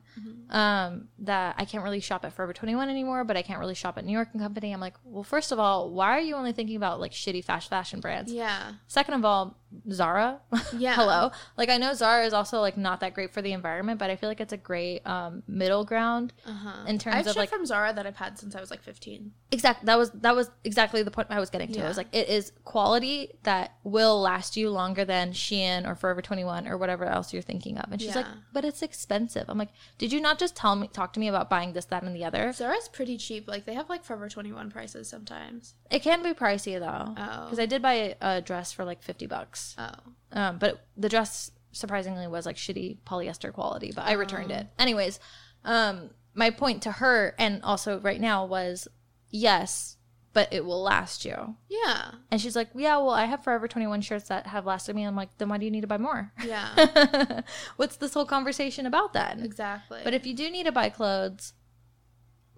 S2: Um, that I can't really shop at Forever 21 anymore, but I can't really shop at New York and Company. I'm like, Well, first of all, why are you only thinking about like shitty fast fashion brands?
S1: Yeah.
S2: Second of all, Zara.
S1: Yeah.
S2: Hello. Like I know Zara is also like not that great for the environment, but I feel like it's a great um, middle ground
S1: Uh-huh. I
S2: in
S1: have
S2: terms
S1: shit
S2: of like
S1: from Zara that I've had since I was like 15.
S2: exact. That was that was exactly the point I was getting to. It was
S1: Yeah.
S2: like it is quality that will last you longer than Shein or Forever Twenty One or whatever else you're thinking of. And she's like,
S1: Yeah.
S2: but it's expensive. I'm like, did you not just tell me talk to me about buying this, that, and the other?
S1: Zara's pretty cheap. Like they have like Forever 21 prices sometimes.
S2: It can be pricey though,
S1: Oh.
S2: because I did buy a, a dress for like fifty bucks.
S1: Oh.
S2: um, but the dress surprisingly was like shitty polyester quality but i returned it anyways um, my point to her and also right now was yes but it will last you
S1: Yeah.
S2: and she's like yeah well i have forever 21 shirts that have lasted me i'm like then why do you need to buy more
S1: Yeah.
S2: what's this whole conversation about then
S1: exactly.
S2: but if you do need to buy clothes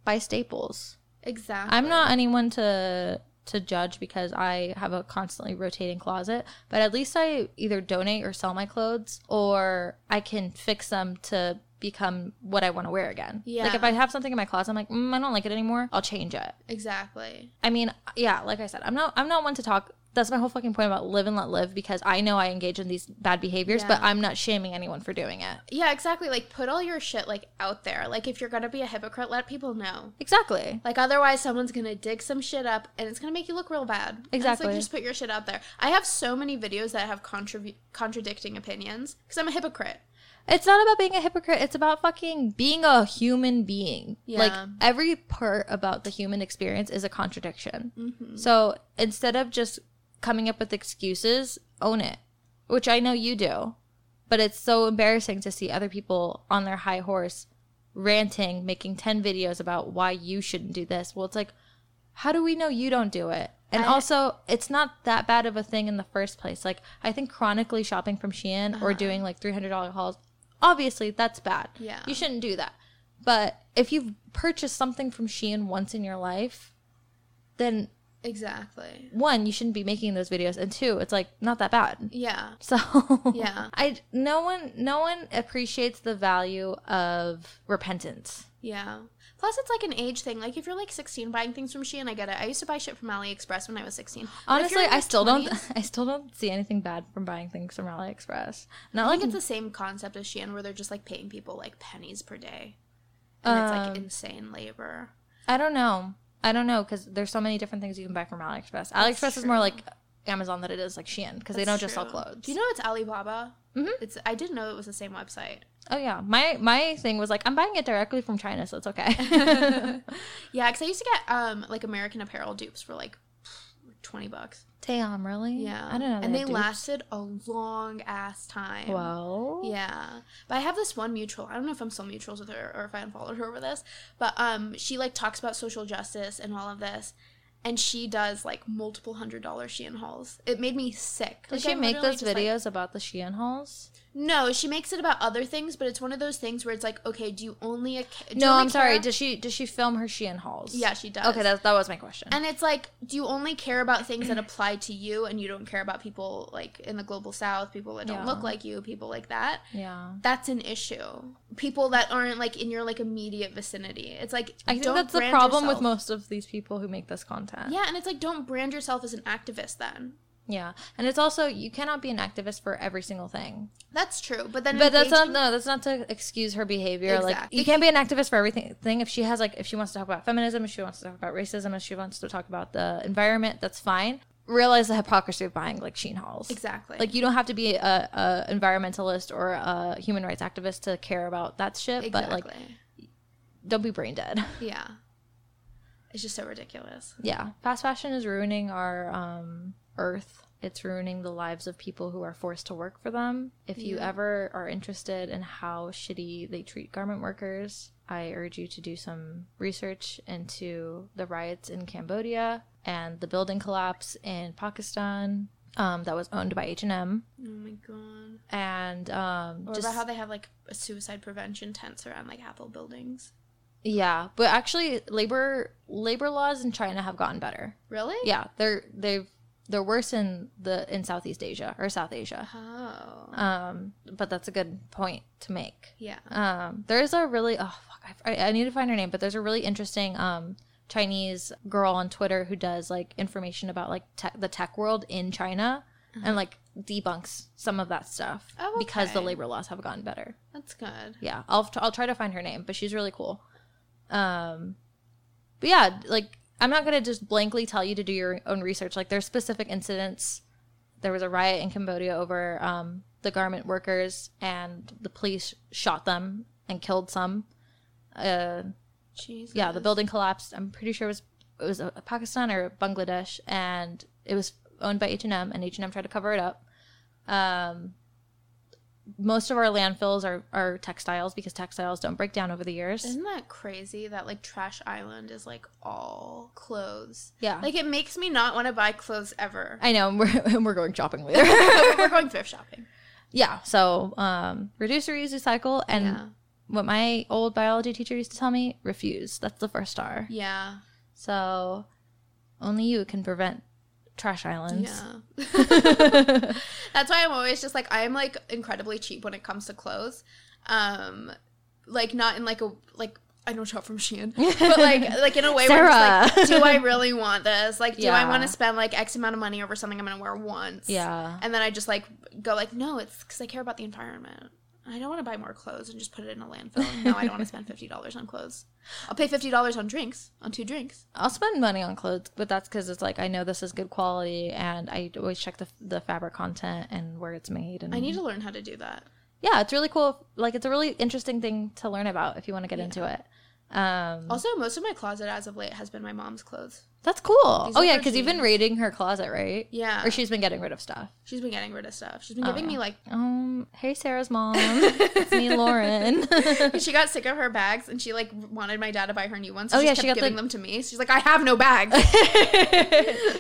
S2: buy staples
S1: exactly.
S2: I'm not anyone to to judge because I have a constantly rotating closet, but at least I either donate or sell my clothes or I can fix them to become what I want to wear again.
S1: Yeah.
S2: Like if I have something in my closet, I'm like, mm, I don't like it anymore. I'll change it.
S1: Exactly.
S2: I mean, yeah, like I said, I'm not I'm not one to talk. That's my whole fucking point about live and let live because I know I engage in these bad behaviors, but
S1: Yeah.
S2: I'm not shaming anyone for doing it.
S1: Yeah, exactly. Like put all your shit like out there. Like if you're going to be a hypocrite, let people know.
S2: Exactly.
S1: Like otherwise, someone's gonna dig some shit up, and it's gonna make you look real bad. And it's
S2: Exactly.
S1: like just put your shit out there. I have so many videos that have contra- contradicting opinions because I'm a hypocrite.
S2: It's not about being a hypocrite. It's about fucking being a human being.
S1: Yeah.
S2: Like every part about the human experience is a contradiction. So instead of just coming up with excuses, own it, which I know you do. But it's so embarrassing to see other people on their high horse ranting, making 10 videos about why you shouldn't do this. Well, it's like, how do we know you don't do it? And
S1: I-
S2: also, it's not that bad of a thing in the first place. Like, I think chronically shopping from Shein
S1: Uh-huh.
S2: or doing like $300 hauls, obviously that's bad.
S1: Yeah.
S2: You shouldn't do that. But if you've purchased something from Shein once in your life, then
S1: Exactly.
S2: one, you shouldn't be making those videos. And two, it's like not that bad.
S1: Yeah.
S2: So
S1: Yeah.
S2: I no one no one appreciates the value of repentance.
S1: Yeah. Plus, it's like an age thing. Like, if you're like 16 buying things from Shein, I get it. I used to buy shit from AliExpress when I was 16. But if you're
S2: Honestly,
S1: in
S2: I
S1: your
S2: still
S1: 20s,
S2: don't I still don't see anything bad from buying things from AliExpress. Not
S1: I
S2: like
S1: think it's the same concept as Shein, where they're just like paying people like pennies per day, and it's
S2: Um,
S1: like insane labor.
S2: I don't know. I don't know because there's so many different things you can buy from AliExpress. AliExpress is more
S1: true.
S2: like Amazon than it is like Shein because they don't just sell
S1: True.
S2: clothes.
S1: Do you know it's Alibaba?
S2: Mhm.
S1: It's I didn't know it was the same website.
S2: oh yeah, my my thing was like I'm buying it directly from China, so it's okay.
S1: Yeah, because I used to get um like American Apparel dupes for like twenty bucks.
S2: Damn, really?
S1: Yeah,
S2: I don't know.
S1: And they
S2: had dupes.
S1: lasted a long ass time.
S2: Well,
S1: Yeah, but I have this one mutual. I don't know if I'm still mutuals with her or if I unfollowed her over this, but um, she like talks about social justice and all of this, and she does like multiple hundred dollar Shein hauls. It made me sick.
S2: Did
S1: Like,
S2: she
S1: I'm
S2: make
S1: literally
S2: those
S1: just like-
S2: videos about the Shein hauls?
S1: no, she makes it about other things, but it's one of those things where it's like, okay, do you only? ac- Do you
S2: No,
S1: only
S2: I'm sorry.
S1: care-
S2: Does she does she film her Shein hauls?
S1: yeah, she does.
S2: Okay, that, that was my question.
S1: And it's like, do you only care about things that apply to you and you don't care about people like in the global south, people that don't
S2: Yeah.
S1: look like you, people like that?
S2: yeah,
S1: That's an issue. People that aren't like in your like immediate vicinity. It's like
S2: I think
S1: don't
S2: that's the
S1: brand
S2: problem with
S1: yourself-
S2: most of these people who make this content.
S1: Yeah, and it's like don't brand yourself as an activist then.
S2: yeah, and it's also you cannot be an activist for every single thing.
S1: That's true. But then
S2: But that's not
S1: engaging-
S2: no, that's not to excuse her behavior. Like
S1: Exactly.
S2: you can't be an activist for everything. Thing if she has like if she wants to talk about feminism, if she wants to talk about racism, if she wants to talk about the environment, that's fine. Realize the hypocrisy of buying like Shein hauls.
S1: Exactly.
S2: Like you don't have to be a, a environmentalist or a human rights activist to care about that shit, but like don't be brain dead.
S1: yeah. It's just so ridiculous.
S2: Yeah, fast fashion is ruining our um, earth. It's ruining the lives of people who are forced to work for them. If you ever are interested in how shitty they treat garment workers, I urge you to do some research into the riots in Cambodia and the building collapse in Pakistan um, that was owned by H and M,
S1: Oh my god.
S2: and um,
S1: Or
S2: just
S1: about how they have like suicide prevention tents around like Apple buildings.
S2: yeah. But actually, labor labor laws in China have gotten better.
S1: Really?
S2: Yeah, they're they've they're worse in the in Southeast Asia or South Asia.
S1: Oh.
S2: Um, but that's a good point to make.
S1: yeah.
S2: Um, there is a really oh fuck, I, I need to find her name, but there's a really interesting um Chinese girl on Twitter who does like information about like tech, the tech world in China and like debunks some of that stuff
S1: Uh-huh. Oh,
S2: because the
S1: okay.
S2: labor laws have gotten better.
S1: That's good.
S2: Yeah, I'll t- I'll try to find her name, but she's really cool. Um, but yeah, like I'm not gonna just blankly tell you to do your own research. Like there's specific incidents. There was a riot in Cambodia over um, the garment workers, and the police shot them and killed some. Uh,
S1: Jesus.
S2: yeah, the building collapsed. I'm pretty sure it was it was uh, Pakistan or Bangladesh, and it was owned by H and M, and H and M tried to cover it up. Um, most of our landfills are are textiles because textiles don't break down over the years.
S1: Isn't that crazy that like Trash Island is like all clothes?
S2: Yeah.
S1: Like it makes me not want to buy clothes ever.
S2: I know, and we're and we're going shopping later.
S1: We're going thrift shopping.
S2: yeah, so um, reduce, reuse, recycle, and
S1: Yeah.
S2: what my old biology teacher used to tell me: refuse. That's the first star.
S1: Yeah.
S2: So only you can prevent trash islands.
S1: Yeah. That's why I'm always just like I'm like incredibly cheap when it comes to clothes. Um like not in like a like I don't shop from Shein. But like like in a way where I'm just like, do I really want this? Like do I
S2: Yeah.
S1: want to spend like X amount of money over something I'm gonna wear once?
S2: Yeah.
S1: And then I just like go like, no, it's because I care about the environment. I don't want to buy more clothes and just put it in a landfill. No, I don't want to spend fifty dollars on clothes. I'll pay fifty dollars on drinks, on two drinks.
S2: I'll spend money on clothes, but that's because it's like I know this is good quality, and I always check the the fabric content and where it's made. And
S1: I need to learn how to do that.
S2: yeah, it's really cool. Like it's a really interesting thing to learn about if you want to get into it. Um,
S1: Also, most of my closet as of late has been my mom's clothes.
S2: that's cool.
S1: These
S2: oh
S1: are
S2: yeah,
S1: her
S2: because you've been
S1: jeans.
S2: raiding her closet, right?
S1: Yeah.
S2: Or she's been getting rid of stuff.
S1: She's been getting rid of stuff. She's been giving me like
S2: Oh I'm hey Sarah's mom. it's me, Lauren.
S1: she got sick of her bags and she like wanted my dad to buy her new ones. So
S2: Oh,
S1: she
S2: yeah,
S1: just
S2: she
S1: kept
S2: got
S1: giving
S2: the-
S1: them to me. She's like, I have no bags.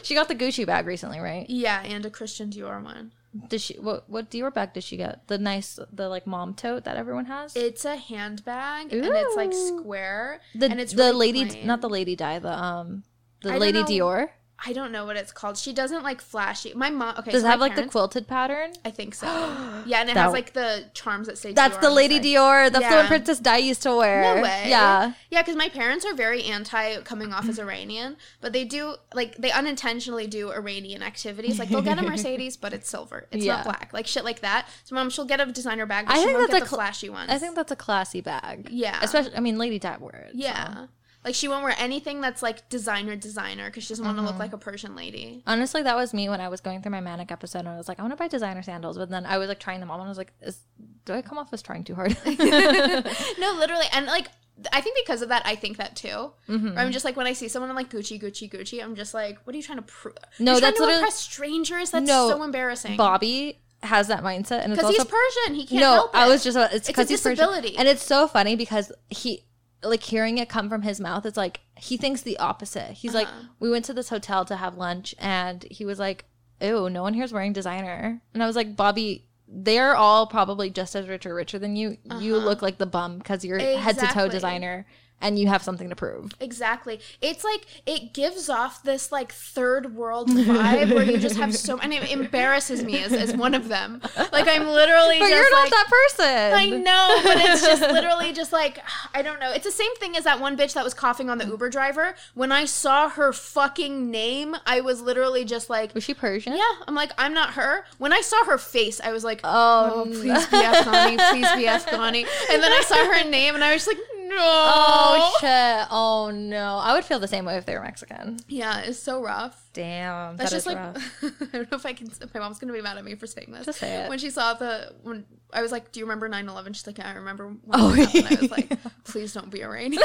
S2: she got the Gucci bag recently, right?
S1: yeah, and a Christian Dior one.
S2: Did she what what Dior bag did she get? The nice the like mom tote that everyone has?
S1: It's a handbag and it's like
S2: Ooh.
S1: square.
S2: the
S1: and it's
S2: the
S1: really
S2: lady
S1: plain.
S2: not the lady dye, the um the
S1: I don't
S2: lady
S1: know.
S2: Dior.
S1: I don't know what it's called. She doesn't like flashy. My mom. Okay,
S2: Does
S1: so
S2: it
S1: my
S2: have like the
S1: parents-
S2: quilted pattern?
S1: I think so. Yeah, and it
S2: That-
S1: has like the charms that say.
S2: That's
S1: Dior
S2: the
S1: on
S2: Lady
S1: side.
S2: Dior. That's the one
S1: Yeah.
S2: Princess Di used to wear.
S1: No way.
S2: Yeah.
S1: Yeah, because my parents are very anti coming off as Iranian, but they do like they unintentionally do Iranian activities. Like they'll get a Mercedes, but it's silver. It's
S2: Yeah.
S1: not black. Like shit like that. So mom, she'll get a designer bag, but
S2: I
S1: she
S2: think
S1: won't
S2: that's
S1: get the
S2: a cl-
S1: flashy ones.
S2: I think that's a classy bag.
S1: Yeah.
S2: Especially, I mean, Lady Di wore it. so.
S1: yeah. Like she won't wear anything that's like designer designer because she doesn't want to
S2: Mm-hmm.
S1: look like a Persian lady.
S2: Honestly, that was me when I was going through my manic episode and I was like, I want to buy designer sandals. But then I was like trying them on and I was like, is, do I come off as trying too hard? Mm-hmm.
S1: No, literally, and like th- I think because of that, I think that too. Or
S2: Mm-hmm.
S1: I'm just like when I see someone I'm like Gucci, Gucci, Gucci. I'm just like, what are you trying to prove?
S2: No,
S1: You're trying
S2: that's
S1: to
S2: literally-
S1: impress strangers. That's
S2: No,
S1: so embarrassing.
S2: Bobby has that mindset. And it's
S1: Because
S2: also.
S1: he's Persian, he can't
S2: no,
S1: help it.
S2: I was just. It's
S1: a
S2: because he's Persian.
S1: disability.
S2: And it's so funny because he. Like hearing it come from his mouth, it's like he thinks the opposite. He's
S1: Uh-huh.
S2: like, we went to this hotel to have lunch, and he was like, "Ew, no one here's wearing designer." And I was like, "Bobby, they're all probably just as rich or richer than you. You look like the bum because you're head to
S1: Uh-huh.
S2: toe
S1: Exactly.
S2: designer, and you have something to prove."
S1: Exactly. It's like it gives off this like third world vibe where you just have so and it embarrasses me as, as one of them. Like I'm literally
S2: But
S1: just
S2: you're not
S1: like,
S2: that
S1: I
S2: person.
S1: know, but it's just literally just like I don't know. It's the same thing as that one bitch that was coughing on the Uber driver. When I saw her fucking name, I was literally just like
S2: Was she Persian?
S1: yeah, I'm like, I'm not her. When I saw her face, I was like, oh,
S2: Oh,
S1: please be Afghani, please be Afghani. And then I saw her name and I was just like, no.
S2: oh shit. Oh no. I would feel the same way if they were Mexican.
S1: Yeah, it's so rough.
S2: Damn.
S1: That's
S2: that
S1: just
S2: is
S1: like
S2: rough.
S1: I don't know if I can. My mom's gonna be mad at me for saying this.
S2: Just say it.
S1: When she saw the when I was like, "Do you remember 9-11? She's like, "Yeah, I remember." When oh,
S2: Oh,
S1: and I was
S2: yeah.
S1: like, "Please don't be Iranian."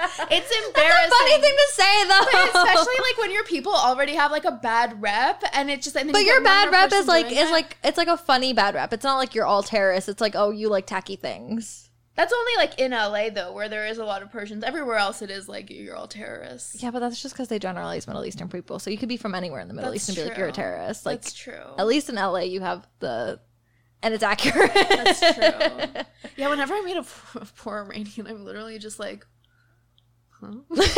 S1: it's embarrassing,
S2: That's a funny thing to say though.
S1: especially like when your people already have like a bad rep, and it's just. And then
S2: But
S1: you
S2: your
S1: get one
S2: bad
S1: more
S2: rep
S1: person
S2: is like
S1: doing
S2: is
S1: it.
S2: like it's like a funny bad rep. It's not like you're all terrorists. It's like oh you like tacky things.
S1: that's only like in LA though, where there is a lot of Persians. Everywhere else, it is like you're all terrorists.
S2: Yeah, but that's just because they generalize Middle Eastern people. So you could be from anywhere in the Middle
S1: That's
S2: East and be like you're a
S1: true.
S2: terrorist. Like
S1: That's true.
S2: at least in LA you have the, and it's accurate. That's
S1: true. Yeah, whenever I meet a poor, poor Iranian, I'm literally just like, huh?
S2: like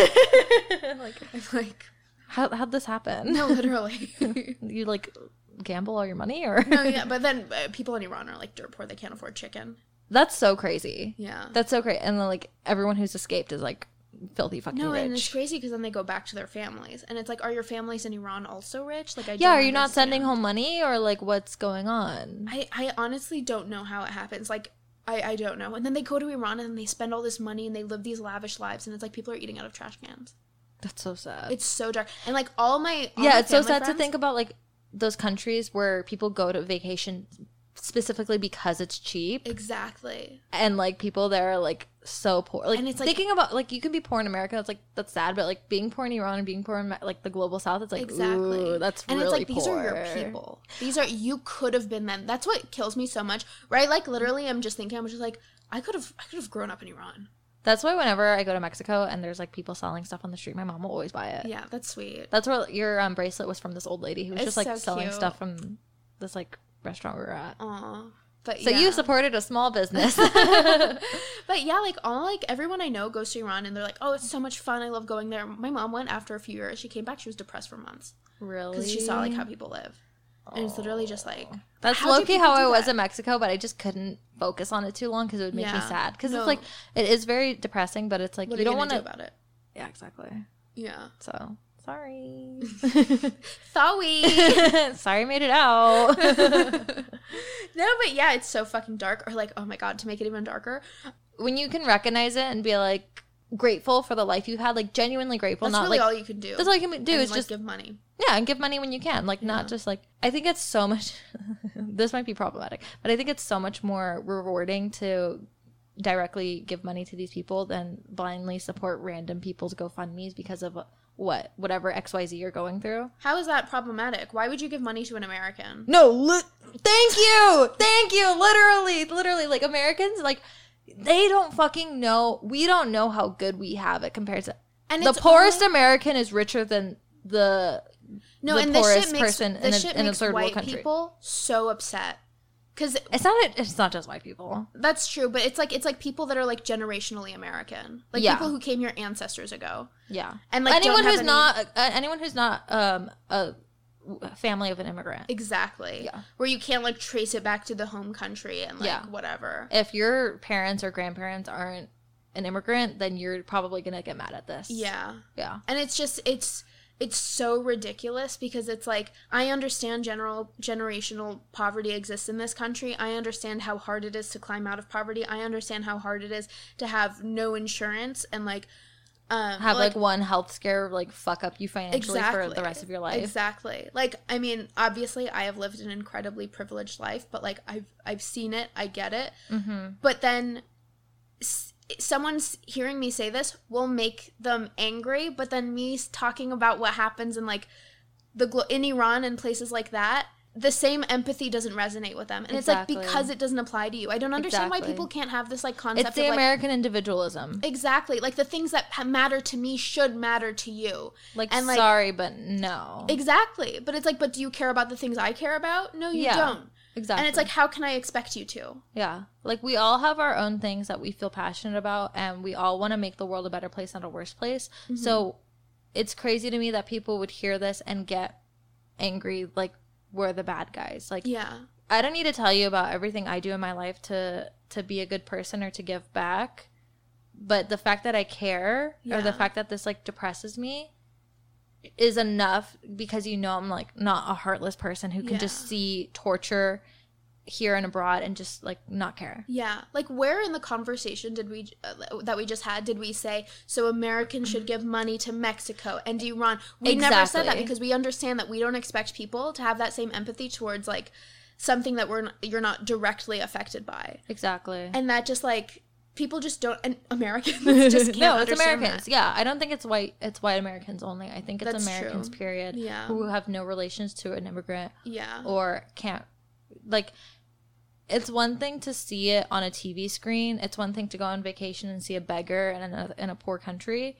S1: I'm like,
S2: how how'd this happen?
S1: no, literally. no,
S2: You like gamble all your money or
S1: yeah, but then uh, people in Iran are like dirt poor. They can't afford chicken.
S2: that's so crazy.
S1: Yeah.
S2: That's so crazy. And then like everyone who's escaped is like filthy fucking
S1: no, and it's
S2: rich.
S1: crazy because then they go back to their families, and it's like, are your families in Iran also rich? Like, I
S2: Yeah,
S1: don't
S2: are you not sending
S1: understand.
S2: home money or like what's going on?
S1: I I honestly don't know how it happens. Like. I, I don't know. And then they go to Iran and they spend all this money and they live these lavish lives and it's like people are eating out of trash cans.
S2: That's so sad.
S1: It's so dark. And like all my all my
S2: yeah, it's so
S1: family
S2: sad to
S1: friends-
S2: think about like those countries where people go to vacation specifically because it's cheap
S1: Exactly.
S2: and like people there are like so poor. Like,
S1: And it's, like-
S2: thinking about like you can be poor in America, it's like that's sad, but like being poor in Iran and being poor in like the global south, it's like
S1: Exactly.
S2: ooh, that's
S1: and
S2: really
S1: it's like these are your
S2: poor.
S1: people. These are you could have been them. That's what kills me so much, right? Like literally, I'm just thinking, I'm just like, I could have, I could have grown up in Iran.
S2: That's why whenever I go to Mexico and there's like people selling stuff on the street, my mom will always buy it.
S1: Yeah, that's sweet.
S2: That's where your um, bracelet was from. This old lady who was
S1: It's
S2: just like
S1: so
S2: selling
S1: cute.
S2: stuff from this like restaurant we were at.
S1: Aw, but
S2: So
S1: yeah.
S2: you supported a small business.
S1: but yeah, like all like everyone I know goes to Iran, and they're like, oh, it's so much fun. I love going there. My mom went after a few years. She came back. She was depressed for months
S2: really?
S1: because she saw like how people live, and it's literally just like
S2: That's
S1: how do
S2: low key
S1: people
S2: how
S1: do
S2: I was
S1: that?
S2: in Mexico, but I just couldn't focus on it too long because it would make me
S1: Yeah.
S2: sad. Because
S1: No.
S2: it's like it is very depressing, but it's like
S1: what
S2: you
S1: are you
S2: don't
S1: gonna
S2: want
S1: do
S2: to.
S1: about it?
S2: yeah, exactly.
S1: Yeah,
S2: So sorry,
S1: sorry.
S2: sorry, I made it out.
S1: no, but yeah, it's so fucking dark. Or like, oh my god, to make it even darker,
S2: when you can recognize it and be like grateful for the life you've had, like genuinely grateful,
S1: that's
S2: not
S1: really
S2: like
S1: all you can do.
S2: that's all you can do
S1: and,
S2: is
S1: like,
S2: just
S1: give money.
S2: Yeah, and give money when you can. Like, not
S1: Yeah.
S2: just like, I think it's so much, this might be problematic, but I think it's so much more rewarding to directly give money to these people than blindly support random people's GoFundMe's because of what, whatever XYZ you're going through.
S1: How is that problematic? Why would you give money to an American?
S2: No, li- Thank you. Thank you. Literally, literally like Americans like they don't fucking know. We don't know how good we have it compared to
S1: And
S2: the
S1: it's
S2: poorest
S1: only-
S2: American is richer than the
S1: no,
S2: the
S1: and this
S2: poorest
S1: shit makes
S2: person in
S1: this
S2: a-
S1: shit
S2: in a
S1: makes
S2: third world
S1: white
S2: country.
S1: people so upset because
S2: it's not it's not just white people.
S1: that's true, but it's like it's like people that are like generationally American, like
S2: Yeah.
S1: people who came here ancestors ago,
S2: Yeah.
S1: and like
S2: anyone
S1: don't have
S2: who's
S1: any-
S2: not uh, anyone who's not um a a family of an immigrant.
S1: exactly
S2: Yeah.
S1: where you can't like trace it back to the home country and like
S2: Yeah.
S1: whatever.
S2: If your parents or grandparents aren't an immigrant, then you're probably going to get mad at this.
S1: Yeah.
S2: Yeah.
S1: and it's just it's it's so ridiculous because it's like i understand general generational poverty exists in this country i understand how hard it is to climb out of poverty i understand how hard it is to have no insurance and like um
S2: Have like, one health scare like fuck up you financially for the rest of your life.
S1: Exactly. Like I mean, obviously I have lived an incredibly privileged life, but like I've I've seen it, I get it.
S2: Mhm.
S1: But then s- someone's hearing me say this will make them angry, but then me s- talking about what happens in like the glo- in Iran and places like that, the same empathy doesn't resonate with them. And
S2: Exactly.
S1: it's like because it doesn't apply to you. I don't understand why
S2: Exactly.
S1: people can't have this like concept
S2: It's the
S1: of like
S2: American individualism.
S1: Exactly. Like the things that pa- matter to me should matter to you.
S2: Like,
S1: and, like-
S2: sorry, but no.
S1: Exactly. But it's like, but do you care about the things I care about? No, you
S2: Yeah,
S1: don't.
S2: exactly. Mm-hmm.
S1: And it's like, how can I expect you to?
S2: yeah. Like we all have our own things that we feel passionate about and we all want to make the world a better place, not a worse place.
S1: Mm-hmm.
S2: So it's crazy to me that people would hear this and get angry like we're the bad guys. Like
S1: Yeah.
S2: I don't need to tell you about everything I do in my life to to be a good person or to give back. But the fact that I care or the
S1: Yeah.
S2: fact that this like depresses me is enough because you know I'm like not a heartless person who can
S1: Yeah.
S2: just see torture here and abroad and just like not care.
S1: Yeah. Like, where in the conversation did we, uh, that we just had, did we say, so Americans should give money to Mexico and Iran? We never said that
S2: Mm-hmm. Exactly.
S1: because we understand that we don't expect people to have that same empathy towards like something that we're, not, you're not directly affected by.
S2: Mm-hmm. Exactly.
S1: And that just like, people just don't, and Americans just can't
S2: no, it's
S1: understand
S2: Americans.
S1: that.
S2: Yeah, I don't think it's white. It's white Americans only. I think it's
S1: That's
S2: Americans.
S1: true.
S2: Period.
S1: Yeah.
S2: who have no relations to an immigrant
S1: Yeah.
S2: or can't like it's one thing to see it on a TV screen. It's one thing to go on vacation and see a beggar in a, in a poor country.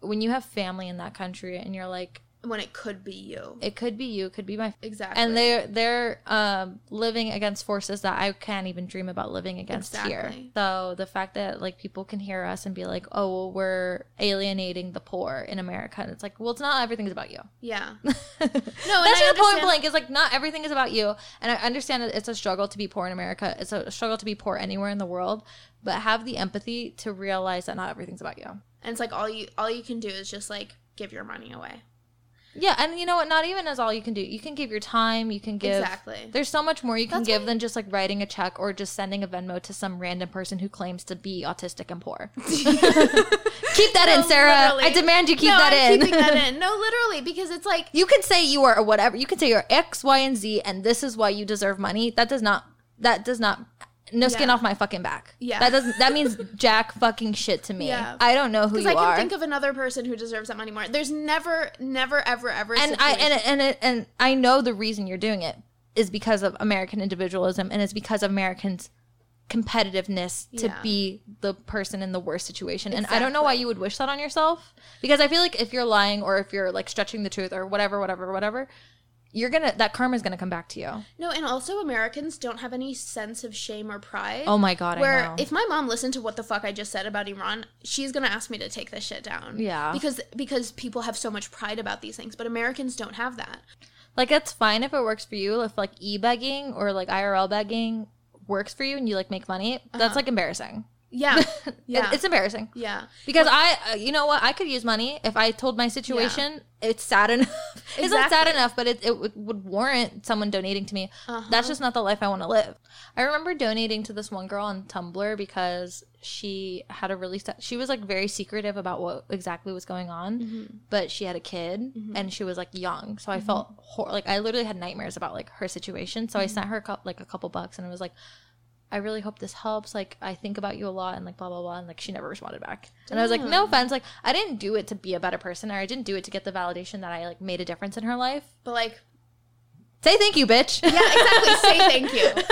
S2: When you have family in that country and you're like,
S1: When it could be you.
S2: it could be you, it could be my.
S1: Exactly.
S2: And they're they're um, living against forces that I can't even dream about living against here.
S1: Exactly.
S2: So the fact that like people can hear us and be like, oh, well, we're alienating the poor in America, and it's like, well, it's not everything's about you.
S1: Yeah.
S2: No,
S1: and
S2: that's
S1: I
S2: your point
S1: understand-
S2: blank. Is like not everything is about you, and I understand that it's a struggle to be poor in America. It's a struggle to be poor anywhere in the world, but have the empathy to realize that not everything's about you.
S1: And it's like all you all you can do is just like give your money away.
S2: Yeah, and you know what? Not even is all you can do. You can give your time. You can give.
S1: Exactly.
S2: There's so much more you can
S1: That's
S2: give
S1: why-
S2: than just like writing a check or just sending a Venmo to some random person who claims to be autistic and poor. keep that in,
S1: No,
S2: Sarah. I
S1: literally.
S2: demand you keep
S1: no,
S2: that
S1: I'm
S2: in.
S1: keeping that in. No, literally, because it's like
S2: you can say you are whatever you can say you're x y and z and this is why you deserve money that does not that does not no skin
S1: Yeah.
S2: off my fucking back
S1: Yeah.
S2: that doesn't that means jack fucking shit to me
S1: Yeah.
S2: i don't know who
S1: because
S2: you
S1: I can
S2: are
S1: think of another person who deserves that money more. There's never, never, ever, ever. a
S2: and i
S1: situation-
S2: and and and, and i know the reason you're doing it is because of american individualism and it's because of americans competitiveness to
S1: Yeah.
S2: be the person in the worst situation and i don't know why you would wish that on yourself because i feel like if you're lying or if you're like stretching the truth or whatever whatever whatever you're gonna that karma's gonna come back to you
S1: no, and also Americans don't have any sense of shame or pride.
S2: Oh my god, I
S1: where
S2: know.
S1: if my mom listened to what the fuck I just said about Iran, she's gonna ask me to take this shit down.
S2: Yeah.
S1: because because people have so much pride about these things, but Americans don't have that.
S2: like that's fine if it works for you, if like e begging or like IRL begging works for you and you like make money, that's like embarrassing.
S1: Yeah,
S2: Yeah.
S1: Uh-huh. yeah,
S2: it's embarrassing.
S1: yeah.
S2: Because I, uh, you know what, I could use money if I told my situation. It's sad enough. it's not sad
S1: Exactly.
S2: enough, but it, it would, would warrant someone donating to me.
S1: Uh-huh.
S2: That's just not the life I want to live. I remember donating to this one girl on Tumblr because she had a really sad, she was like very secretive about what exactly was going on,
S1: Mm-hmm.
S2: but she had a kid and she was like young. So I felt hor- like I literally had nightmares about like her situation. So I
S1: Mm-hmm.
S2: sent her a cou- like a couple bucks and it was like, I really hope this helps. Like, I think about you a lot and like blah, blah, blah. And like, she never responded back. And I was like,
S1: Ah.
S2: no offense. Like, I didn't do it to be a better person or I didn't do it to get the validation that I like made a difference in her life.
S1: But like,
S2: Say thank you, bitch.
S1: Yeah, exactly. Say thank you.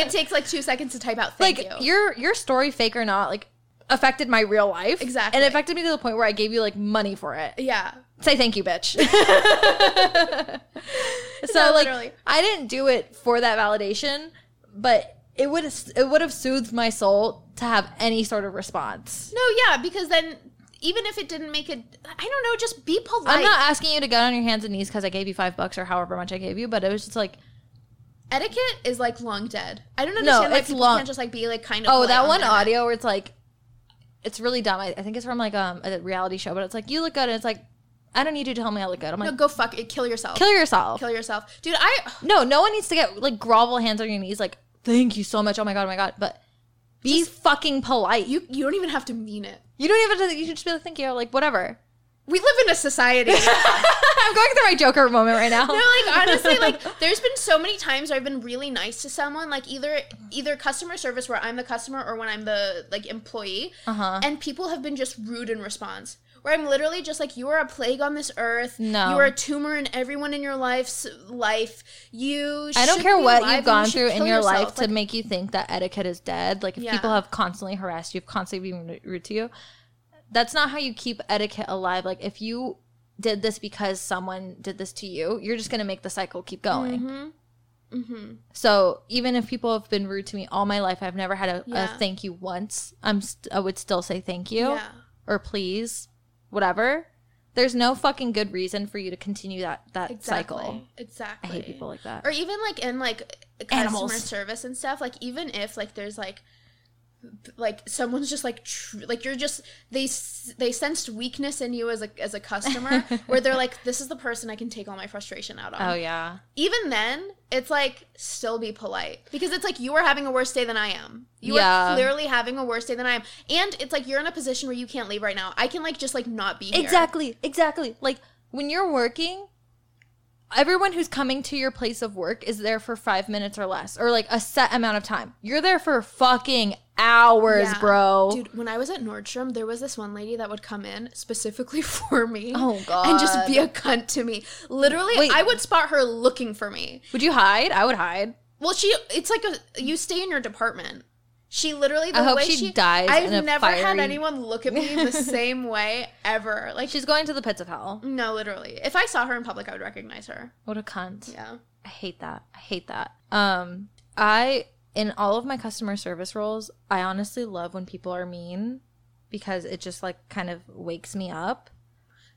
S1: It takes like two seconds to type out thank
S2: like
S1: you.
S2: your your story, fake or not, like affected my real life.
S1: Exactly.
S2: And it affected me to the point where I gave you like money for it.
S1: yeah.
S2: Say thank you, bitch. so
S1: No,
S2: like
S1: literally.
S2: I didn't do it for that validation, but it would it would have soothed my soul to have any sort of response.
S1: No, yeah, because then even if it didn't make it, I don't know, just be polite.
S2: I'm not asking you to get on your hands and knees because I gave you five bucks or however much I gave you, but it was just like,
S1: Etiquette is like long dead. I don't understand why
S2: it's
S1: people
S2: long-
S1: can't just like be like kind of.
S2: oh,
S1: polite
S2: that
S1: on
S2: one
S1: the internet.
S2: audio where it's like, it's really dumb. I, I think it's from like um, a reality show, but it's like you look good, and it's like, I don't need you to tell me I look good. I'm like,
S1: No, go fuck it. Kill yourself. Kill,
S2: kill yourself.
S1: yourself, dude. I
S2: No, no one needs to get like grovel hands on your knees, like, thank you so much. Oh my God, oh my God. But be fucking polite. You
S1: you you don't even have to mean it.
S2: you don't even have to, you should just be like, thank you, or, like, whatever.
S1: We live in a society.
S2: I'm going through my Joker moment right now.
S1: No, like honestly, like there's been so many times where I've been really nice to someone, like either either customer service where I'm the customer or when I'm the like employee,
S2: Uh-huh.
S1: and people have been just rude in response. Where I'm literally just like, you are a plague on this earth.
S2: No.
S1: you are a tumor in everyone in your life's life. You.
S2: I don't
S1: should
S2: care
S1: be
S2: what
S1: alive
S2: you've
S1: and
S2: gone
S1: you should
S2: through in
S1: kill
S2: your
S1: yourself.
S2: life to make you think that etiquette is dead. Like if
S1: Yeah.
S2: people have constantly harassed you, have constantly been rude to you, that's not how you keep etiquette alive. Like if you did this because someone did this to you, you're just gonna make the cycle keep going.
S1: mm-hmm. hmm
S2: So even if people have been rude to me all my life, I've never had a,
S1: Yeah.
S2: a thank you once. I'm st- I would still say thank you
S1: Yeah.
S2: or please, whatever. There's no fucking good reason for you to continue that that
S1: Exactly.
S2: cycle. I
S1: Exactly.
S2: hate people like that.
S1: or even like in like customer
S2: Animals.
S1: service and stuff like even if like there's like b- like someone's just like tr- like you're just they s- they sensed weakness in you as a as a customer where they're like this is the person I can take all my frustration out on.
S2: oh yeah.
S1: Even then, it's like still be polite because it's like you are having a worse day than I am. You
S2: Yeah.
S1: are clearly having a worse day than I am, and it's like you're in a position where you can't leave right now. I can like just like not be here.
S2: Exactly, exactly. Like when you're working, everyone who's coming to your place of work is there for five minutes or less, or like a set amount of time. You're there for fucking hours,
S1: Yeah.
S2: bro.
S1: Dude, when I was at Nordstrom, there was this one lady that would come in specifically for me.
S2: Oh,
S1: And just
S2: God.
S1: be a cunt to me. Literally,
S2: Wait.
S1: I would spot her looking for me.
S2: Would you hide? I would hide.
S1: Well, she it's like a you stay in your department. She literally the
S2: I hope
S1: way
S2: she dies
S1: I've
S2: in a
S1: never had
S2: fiery-
S1: anyone look at me the same way ever. Like
S2: She's going to the pits of hell.
S1: no, literally. If I saw her in public, I would recognize her.
S2: What a cunt.
S1: Yeah.
S2: I hate that. I hate that. Um, I in all of my customer service roles, I honestly love when people are mean because it just like kind of wakes me up.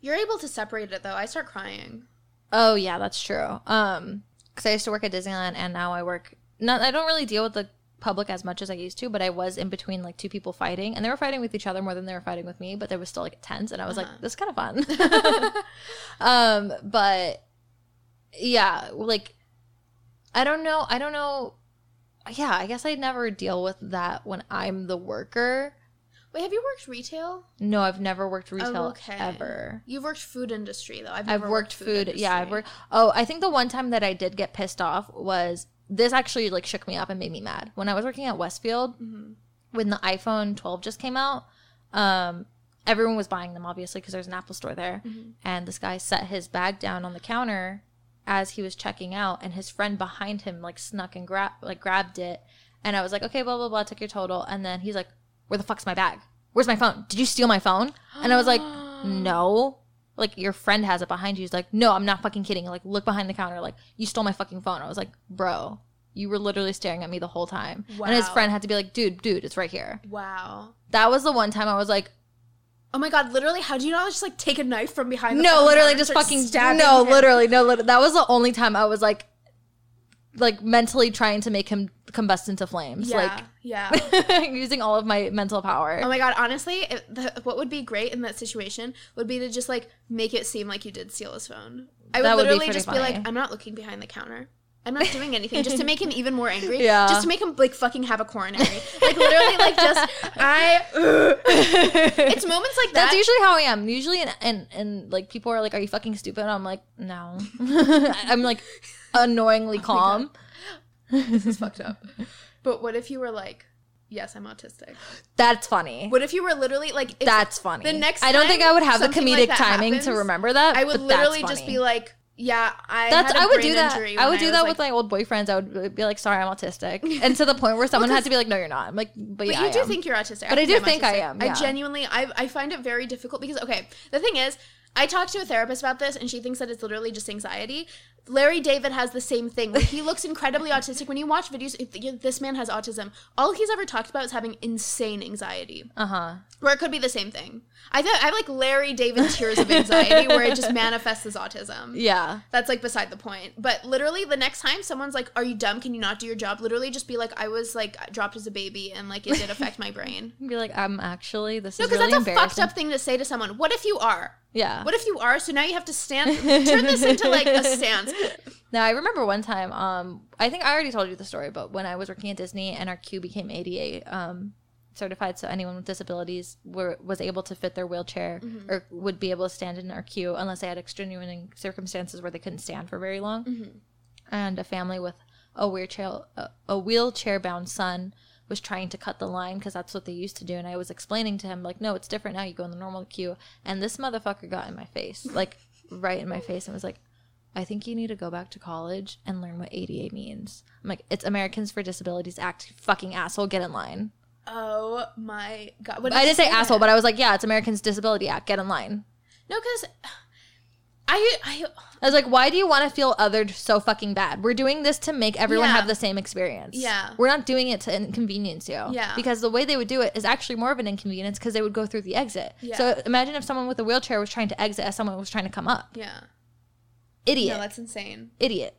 S1: You're able to separate it though. I start crying.
S2: Oh yeah, that's true. Um, because I used to work at Disneyland, and now I work. Not, I don't really deal with the public as much as I used to, but I was in between like two people fighting, and they were fighting with each other more than they were fighting with me. But there was still like tense, and I was
S1: Uh-huh.
S2: like, "This is kind of fun." um, but yeah, like I don't know. I don't know. Yeah, I guess I never deal with that when I'm the worker.
S1: Wait, have you worked retail?
S2: No, I've never worked retail
S1: okay.
S2: ever.
S1: You've worked food industry though. I've,
S2: I've
S1: never
S2: worked, food. yeah, I've
S1: industry.
S2: worked. Oh, I think the one time that I did get pissed off was this actually like shook me up and made me mad. When I was working at Westfield,
S1: Mhm.
S2: when the iPhone 12 just came out, um, everyone was buying them obviously because there's an Apple store there.
S1: Mhm.
S2: And this guy set his bag down on the counter as he was checking out, and his friend behind him like snuck and grab like grabbed it. And I was like, okay, blah blah blah, took your total. And then he's like, where the fuck's my bag? Where's my phone? Did you steal my phone? And I was like, no. Like your friend has it behind you. He's like, no, I'm not fucking kidding. Like look behind the counter. Like you stole my fucking phone. I was like, bro, you were literally staring at me the whole time. And his
S1: Wow.
S2: friend had to be like, dude, dude, it's right here.
S1: Wow.
S2: That was the one time I was like,
S1: Oh my god, literally, how do you not just like take a knife from behind the
S2: no,
S1: phone
S2: literally,
S1: counter and
S2: just
S1: start
S2: fucking
S1: stabbing
S2: no,
S1: him?
S2: literally, no. Literally, that was the only time I was like, like mentally trying to make him combust into flames,
S1: Yeah, yeah.
S2: like using all of my mental power.
S1: Oh my god, honestly, it, the, what would be great in that situation would be to just like make it seem like you did steal his phone. I would
S2: That would be
S1: literally
S2: pretty
S1: just be
S2: funny.
S1: like, I'm not looking behind the counter. I'm not doing anything just to make him even more angry.
S2: Yeah.
S1: Just to make him like fucking have a coronary. Like literally, like just I. it's moments like that.
S2: That's usually how I am. Usually, and and and like people are like, "Are you fucking stupid?" I'm like, "No." I'm like
S1: Oh
S2: annoyingly calm.
S1: this is fucked up. But what if you were like, yes, I'm autistic.
S2: That's funny.
S1: What if you were literally like, if-
S2: That's funny.
S1: the next
S2: I don't think
S1: time
S2: I would have the
S1: something
S2: comedic
S1: like that
S2: timing
S1: happens,
S2: to remember that.
S1: I would
S2: but that's
S1: literally just
S2: funny.
S1: be like, Yeah, I
S2: That's
S1: had a
S2: I would
S1: brain
S2: do that.
S1: injury
S2: I
S1: when
S2: would do
S1: was,
S2: that
S1: like-
S2: with my old boyfriends. I would be like, "Sorry, I'm autistic," and to the point where someone had to be like, "No, you're not." I'm like, "But,
S1: But
S2: yeah,
S1: you
S2: I
S1: do
S2: am."
S1: think you're autistic.
S2: But I do
S1: I'm
S2: think I
S1: autistic.
S2: am, yeah.
S1: I genuinely, I, I find it very difficult because, okay, the thing is, I talked to a therapist about this and she thinks that it's literally just anxiety. Larry David has the same thing. Like, He looks incredibly autistic. When you watch videos, if you- this man has autism. All he's ever talked about is having insane anxiety,
S2: Uh huh.
S1: where it could be the same thing. I, th- I have like Larry David tears of anxiety where it just manifests as autism.
S2: Yeah.
S1: That's like beside the point. But literally, the next time someone's like, Are you dumb? Can you not do your job? Literally, just be like, I was like dropped as a baby and like it did affect my brain.
S2: Be like, I'm actually this
S1: No,
S2: is
S1: because
S2: really
S1: that's a fucked
S2: embarrassing. Uh.
S1: up thing to say to someone. What if you are?
S2: Yeah.
S1: What if you are? So now you have to stand. Turn this into like a stance.
S2: Now I remember one time. Um, I think I already told you the story, but when I was working at Disney and our queue became ADA um, certified, so anyone with disabilities were was able to fit their wheelchair or would be able to stand in our queue unless they had extenuating circumstances where they couldn't stand for very long. And a family with a wheelchair a- a wheelchair bound son was trying to cut the line because that's what they used to do and i was explaining to him like no it's different now you go in the normal queue and this motherfucker got in my face like right in my face and was like i think you need to go back to college and learn what ada means i'm like it's americans for disabilities act fucking asshole get in line
S1: Oh my god! What
S2: i
S1: you
S2: didn't say
S1: that?
S2: asshole but i was like yeah it's americans disability act get in line
S1: no, because I I
S2: i was like why do you want to feel othered so fucking bad we're doing this to make everyone
S1: Yeah.
S2: have the same experience
S1: Yeah.
S2: we're not doing it to inconvenience you
S1: Yeah.
S2: because the way they would do it is actually more of an inconvenience because they would go through the exit
S1: Yeah.
S2: so imagine if someone with a wheelchair was trying to exit as someone was trying to come up
S1: yeah.
S2: idiot
S1: No, that's insane.
S2: idiot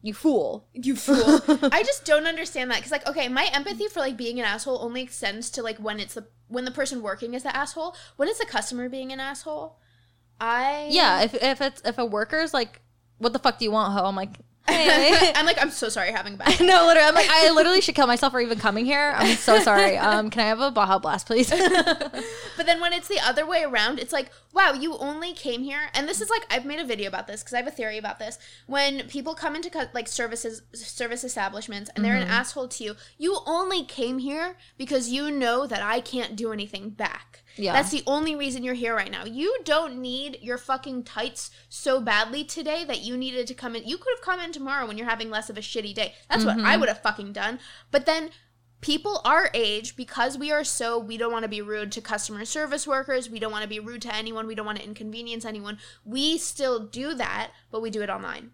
S2: you fool
S1: You fool. I just don't understand that. Cause like, okay, my empathy for like being an asshole only extends to like when it's the when the person working is the asshole. When it's the customer being an asshole, I
S2: yeah if, if it's if a worker's like what the fuck do you want ho i'm like hey
S1: I'm like, I'm so sorry you're having a bad.
S2: No, literally, I'm like, I literally should kill myself for even coming here. I'm so sorry. Um, can I have a Baja Blast, please?
S1: But then when it's the other way around, it's like, wow, you only came here. And this is like, I've made a video about this because I have a theory about this. When people come into cu- like services, service establishments, and they're an asshole to you, you only came here because you know that I can't do anything back.
S2: Yeah.
S1: That's the only reason you're here right now. You don't need your fucking tights so badly today that you needed to come in. You could have come in tomorrow when you're having less of a shitty day. That's what I would have fucking done. But then people our age because we are so we don't want to be rude to customer service workers we don't want to be rude to anyone we don't want to inconvenience anyone we still do that but we do it online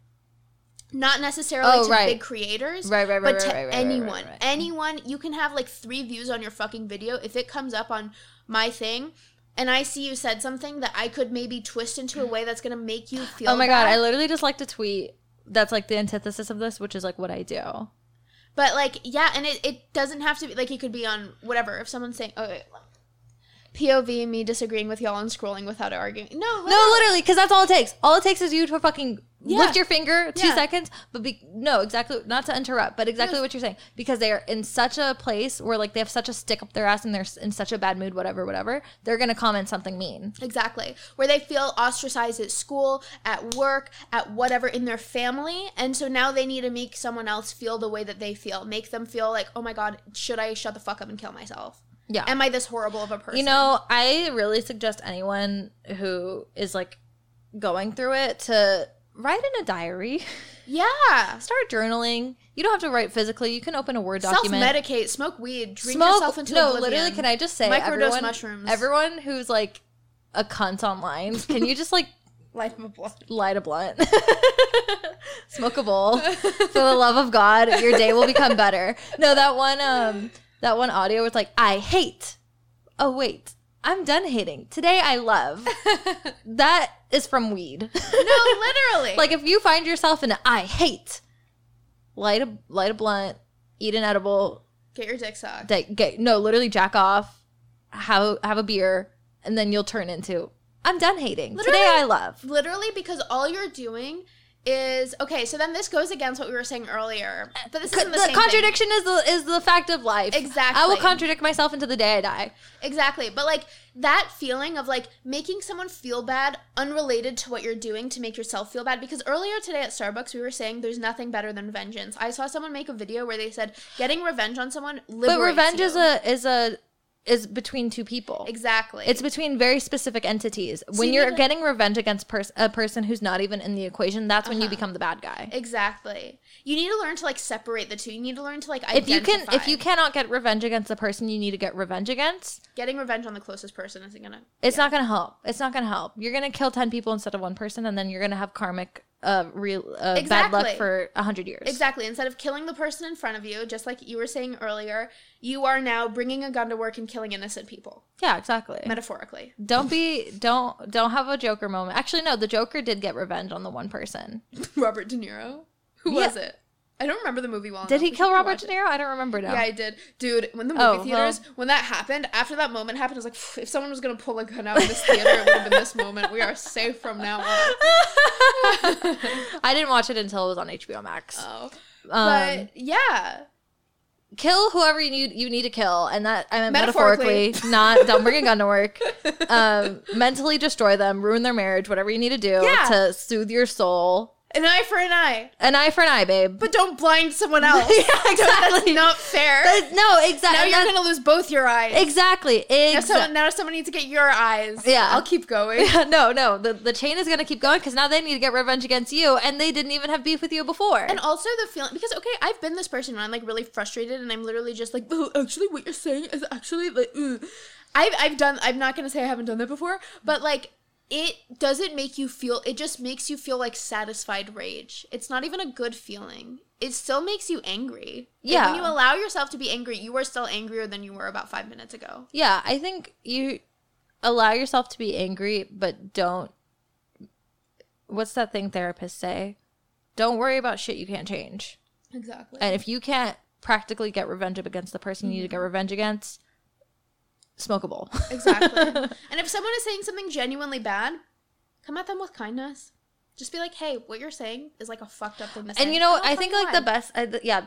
S1: not necessarily
S2: Oh,
S1: to
S2: right.
S1: big creators
S2: Right, right, right,
S1: but
S2: right,
S1: to
S2: right, right, right,
S1: anyone
S2: right, right.
S1: anyone you can have like three views on your fucking video if it comes up on my thing and i see you said something that i could maybe twist into a way that's gonna make you feel
S2: oh my god,
S1: bad.
S2: I literally just like to tweet. That's like the antithesis of this, which is like what I do.
S1: But like, yeah, and it, it doesn't have to be like it could be on whatever. If someone's saying, "Oh, wait, look. POV me disagreeing with y'all and scrolling without arguing," no,
S2: No, literally, because that's all it takes. All it takes is you to fucking
S1: Yeah.
S2: lift your finger two
S1: Yeah.
S2: seconds. But be, no, exactly, not to interrupt, but exactly what you're saying, because they are in such a place where like they have such a stick up their ass and they're s- in such a bad mood, whatever, whatever. They're gonna comment something mean.
S1: exactly where they feel ostracized at school, at work, at whatever in their family, and so now they need to make someone else feel the way that they feel, make them feel like, "Oh my god, should I shut the fuck up and kill myself?
S2: Yeah.
S1: Am I this horrible of a person?"
S2: You know, I really suggest anyone who is like going through it to write in a diary,
S1: yeah.
S2: start journaling. You don't have to write physically. You can open a Word
S1: Self
S2: document.
S1: medicate, smoke weed, drink
S2: Smoke-
S1: yourself into
S2: no,
S1: oblivion.
S2: literally, can I just say,
S1: Microdose
S2: everyone,
S1: mushrooms.
S2: everyone who's like a cunt online, can you just like
S1: Life of a blood.
S2: light a blunt, smoke a bowl, for the love of God, your day will become better. No, that one, um, that one audio was like, I hate. Oh wait, I'm done hating. Today I love. that is from weed.
S1: No, literally.
S2: like if you find yourself in a, I hate, light a light a blunt, eat an edible,
S1: get your dick sucked.
S2: that get no literally jack off have have a beer and then you'll turn into i'm done hating today
S1: Literally.
S2: i love
S1: literally because all you're doing is okay so then this goes against what we were saying earlier but this
S2: Co-
S1: isn't the,
S2: the
S1: same thing.
S2: contradiction is the is the fact of life i
S1: Exactly.
S2: will contradict myself until the day i die
S1: exactly but like that feeling of like making someone feel bad unrelated to what you're doing to make yourself feel bad because earlier today at starbucks we were saying there's nothing better than vengeance i saw someone make a video where they said getting revenge on someone
S2: but
S1: liberates
S2: revenge
S1: you.
S2: is a is a is between two people.
S1: Exactly.
S2: It's between very specific entities. When
S1: you
S2: you are
S1: need to-
S2: getting revenge against pers- a person who's not even in the equation, that's
S1: Uh-huh.
S2: when you become the bad guy.
S1: exactly. You need to learn to like separate the two. You need to learn to like
S2: if
S1: identify.
S2: you can if you cannot get revenge against the person you need to get revenge against
S1: getting revenge on the closest person isn't gonna.
S2: it's not going to help it's not going to help you're going to kill 10 people instead of one person and then you're going to have karmic uh, real uh, bad luck
S1: Exactly.
S2: for 100 years
S1: Exactly. Instead of killing the person in front of you, just like you were saying earlier, you are now bringing a gun to work and killing innocent people,
S2: yeah exactly
S1: metaphorically.
S2: don't be don't don't have a joker moment actually no the joker did get revenge on the one person
S1: Robert De Niro. Who
S2: Yeah.
S1: was it? I don't remember the movie well.
S2: did
S1: enough.
S2: he
S1: We should
S2: kill
S1: go
S2: robert
S1: watch
S2: de
S1: it.
S2: niro i don't remember now
S1: Yeah, I did, dude. When the movie
S2: Oh, well.
S1: theaters, when that happened, after that moment happened, I was like, "Phew, if someone was gonna pull a gun out of this theater, it would have been this moment. We are safe from now on.
S2: i didn't watch it until it was on hbo max
S1: Oh.
S2: um,
S1: But yeah,
S2: kill whoever you need you need to kill and that i meant
S1: Metaphorically.
S2: metaphorically, not don't bring a gun to work um mentally destroy them ruin their marriage whatever you need to do
S1: Yeah.
S2: to soothe your soul
S1: an eye for an eye,
S2: an eye for an eye babe
S1: but don't blind someone else.
S2: exactly
S1: Not fair.
S2: That- no exactly
S1: now you're gonna lose both your eyes.
S2: exactly
S1: Now, someone,
S2: exactly
S1: now someone needs to get your eyes.
S2: Yeah.
S1: I'll keep going.
S2: no no the, the chain is gonna keep going because now they need to get revenge against you and they didn't even have beef with you before
S1: And also the feeling because okay, I've been this person when I'm like really frustrated and I'm literally just like, "Oh, actually, what you're saying is actually like, mm." I've I've done. I'm not gonna say I haven't done that before, but like. It doesn't make you feel, it just makes you feel like satisfied rage. It's not even a good feeling. It still makes you angry. Like,
S2: Yeah.
S1: when you allow yourself to be angry, you are still angrier than you were about five minutes ago.
S2: yeah i think you allow yourself to be angry but don't what's that thing therapists say don't worry about shit you can't change
S1: Exactly.
S2: and if you can't practically get revenge up against the person you need to get revenge against smokable
S1: Exactly. and if someone is saying something genuinely bad, come at them with kindness. Just be like, hey, what you're saying is like a fucked up thing to say.
S2: and you know what
S1: Have a
S2: i think
S1: fucking
S2: like the
S1: line.
S2: best I, th- yeah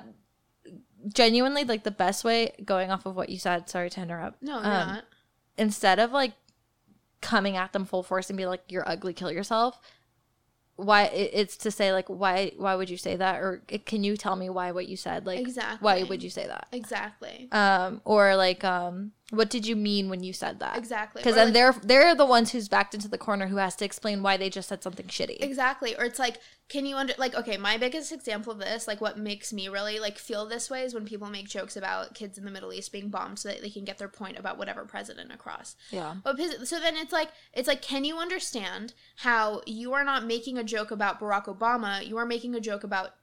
S2: genuinely like the best way going off of what you said sorry to interrupt
S1: No, you're
S2: um,
S1: not.
S2: instead of like coming at them full force and be like you're ugly kill yourself why it, it's to say like why why would you say that or it, can you tell me why what you said like why
S1: Exactly.
S2: would you say that
S1: Exactly.
S2: um or like um what did you mean when you said that
S1: Exactly.
S2: because
S1: Or,
S2: then
S1: like-
S2: they're they're the ones who's backed into the corner who has to explain why they just said something shitty
S1: Exactly. Or it's like, can you under like okay, my biggest example of this, like what makes me really like feel this way is when people make jokes about kids in the Middle East being bombed so that they can get their point about whatever president across.
S2: yeah
S1: But because- so then it's like it's like can you understand how you are not making a joke about Barack Obama, you are making a joke about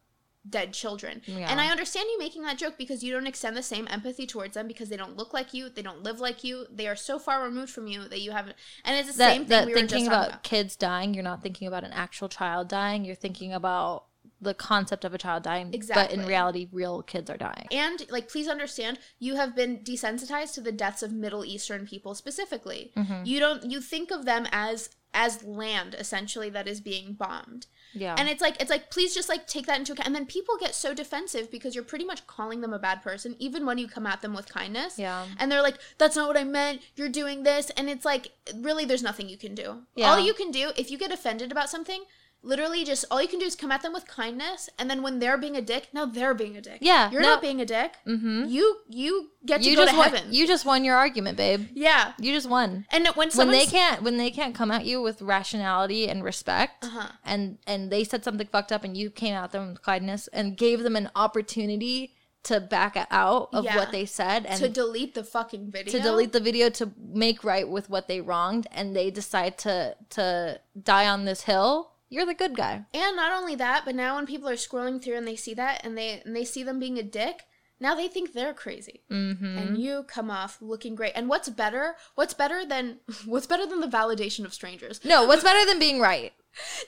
S1: dead children.
S2: Yeah.
S1: And I understand you making that joke because you don't extend the same empathy towards them because they don't look like you, they don't live like you, they are so far removed from you that you haven't and it's the
S2: that,
S1: same thing
S2: that
S1: we were just
S2: thinking
S1: talking
S2: about,
S1: about.
S2: kids dying you're not thinking about an actual child dying you're thinking about the concept of a child dying but
S1: Exactly.
S2: in reality real kids are dying
S1: And like please understand, you have been desensitized to the deaths of Middle Eastern people specifically.
S2: Mm-hmm.
S1: You don't you think of them as as land essentially that is being bombed.
S2: yeah
S1: And it's like it's like please just like take that into account. And then people get so defensive because you're pretty much calling them a bad person, even when you come at them with kindness.
S2: Yeah.
S1: And they're like, "That's not what I meant. You're doing this." And it's like, really, there's nothing you can do.
S2: Yeah.
S1: All you can do if you get offended about something, literally, just all you can do is come at them with kindness. And then when they're being a dick, now they're being a dick.
S2: Yeah,
S1: You're
S2: no-
S1: not being a dick.
S2: Mhm.
S1: You you get to
S2: you
S1: go
S2: just
S1: to
S2: won,
S1: heaven.
S2: you just won your argument babe
S1: yeah.
S2: you just won
S1: And when
S2: when
S1: someone
S2: they can't when they can't come at you with rationality and respect
S1: Uh-huh.
S2: and and they said something fucked up and you came at them with kindness and gave them an opportunity to back out of
S1: Yeah.
S2: what they said and
S1: to delete the fucking video
S2: to delete the video to make right with what they wronged and they decide to to die on this hill you're the good guy
S1: And not only that, but now when people are scrolling through and they see that and they and they see them being a dick, now they think they're crazy.
S2: mm-hmm.
S1: And you come off looking great. And what's better? What's better than what's better than the validation of strangers?
S2: no what's better than being right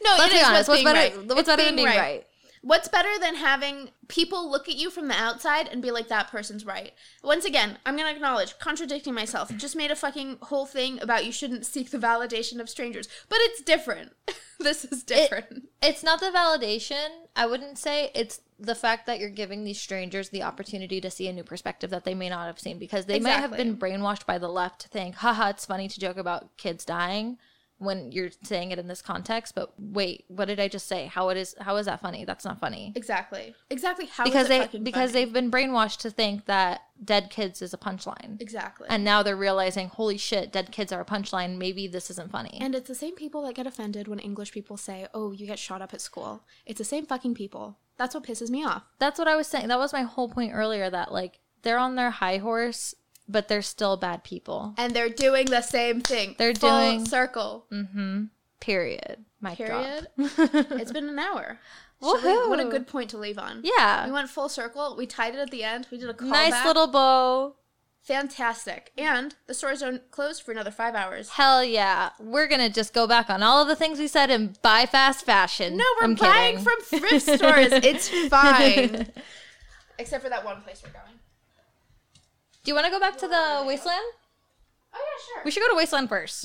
S1: No,
S2: let's
S1: it
S2: be
S1: is
S2: honest what's,
S1: being
S2: better
S1: right.
S2: what's
S1: It's
S2: better than being right,
S1: What's better than having people look at you from the outside and be like, that person's right? Once again, I'm going to acknowledge, contradicting myself, just made a fucking whole thing about you shouldn't seek the validation of strangers. But it's different. this is different.
S2: it's not the validation i wouldn't say it's the fact that you're giving these strangers the opportunity to see a new perspective that they may not have seen because they might have
S1: Exactly.
S2: been brainwashed by the left to think haha it's funny to joke about kids dying when you're saying it in this context but wait what did i just say how it is how is that funny that's not funny
S1: exactly. Exactly. How is
S2: because
S1: it
S2: they
S1: fucking
S2: because
S1: funny?
S2: they've been brainwashed to think that dead kids is a punchline.
S1: Exactly.
S2: And now they're realizing, holy shit, dead kids are a punchline. Maybe this isn't funny.
S1: And it's the same people that get offended when English people say, oh, you get shot up at school. It's the same fucking people. That's what pisses me off.
S2: That's what I was saying. That was my whole point earlier that like they're on their high horse, but they're still bad people.
S1: And they're doing the same thing.
S2: They're
S1: Full
S2: doing-
S1: circle.
S2: Mm-hmm. Period. Mic
S1: Period.
S2: drop.
S1: It's been an hour. Should we- What a
S2: Woohoo.
S1: good point to leave on. We
S2: yeah.
S1: went full circle. We tied it at the end. We did a callback.
S2: Nice little bow.
S1: Fantastic. And the stores don't close for another five hours.
S2: Hell yeah. We're gonna just go back on all of the things we said and buy fast fashion.
S1: No, we're
S2: I'm
S1: buying
S2: kidding.
S1: from thrift stores. It's fine. Except for that one place we're going.
S2: Do you wanna go back to the wasteland?
S1: Oh, yeah, sure.
S2: We should go to Wasteland first.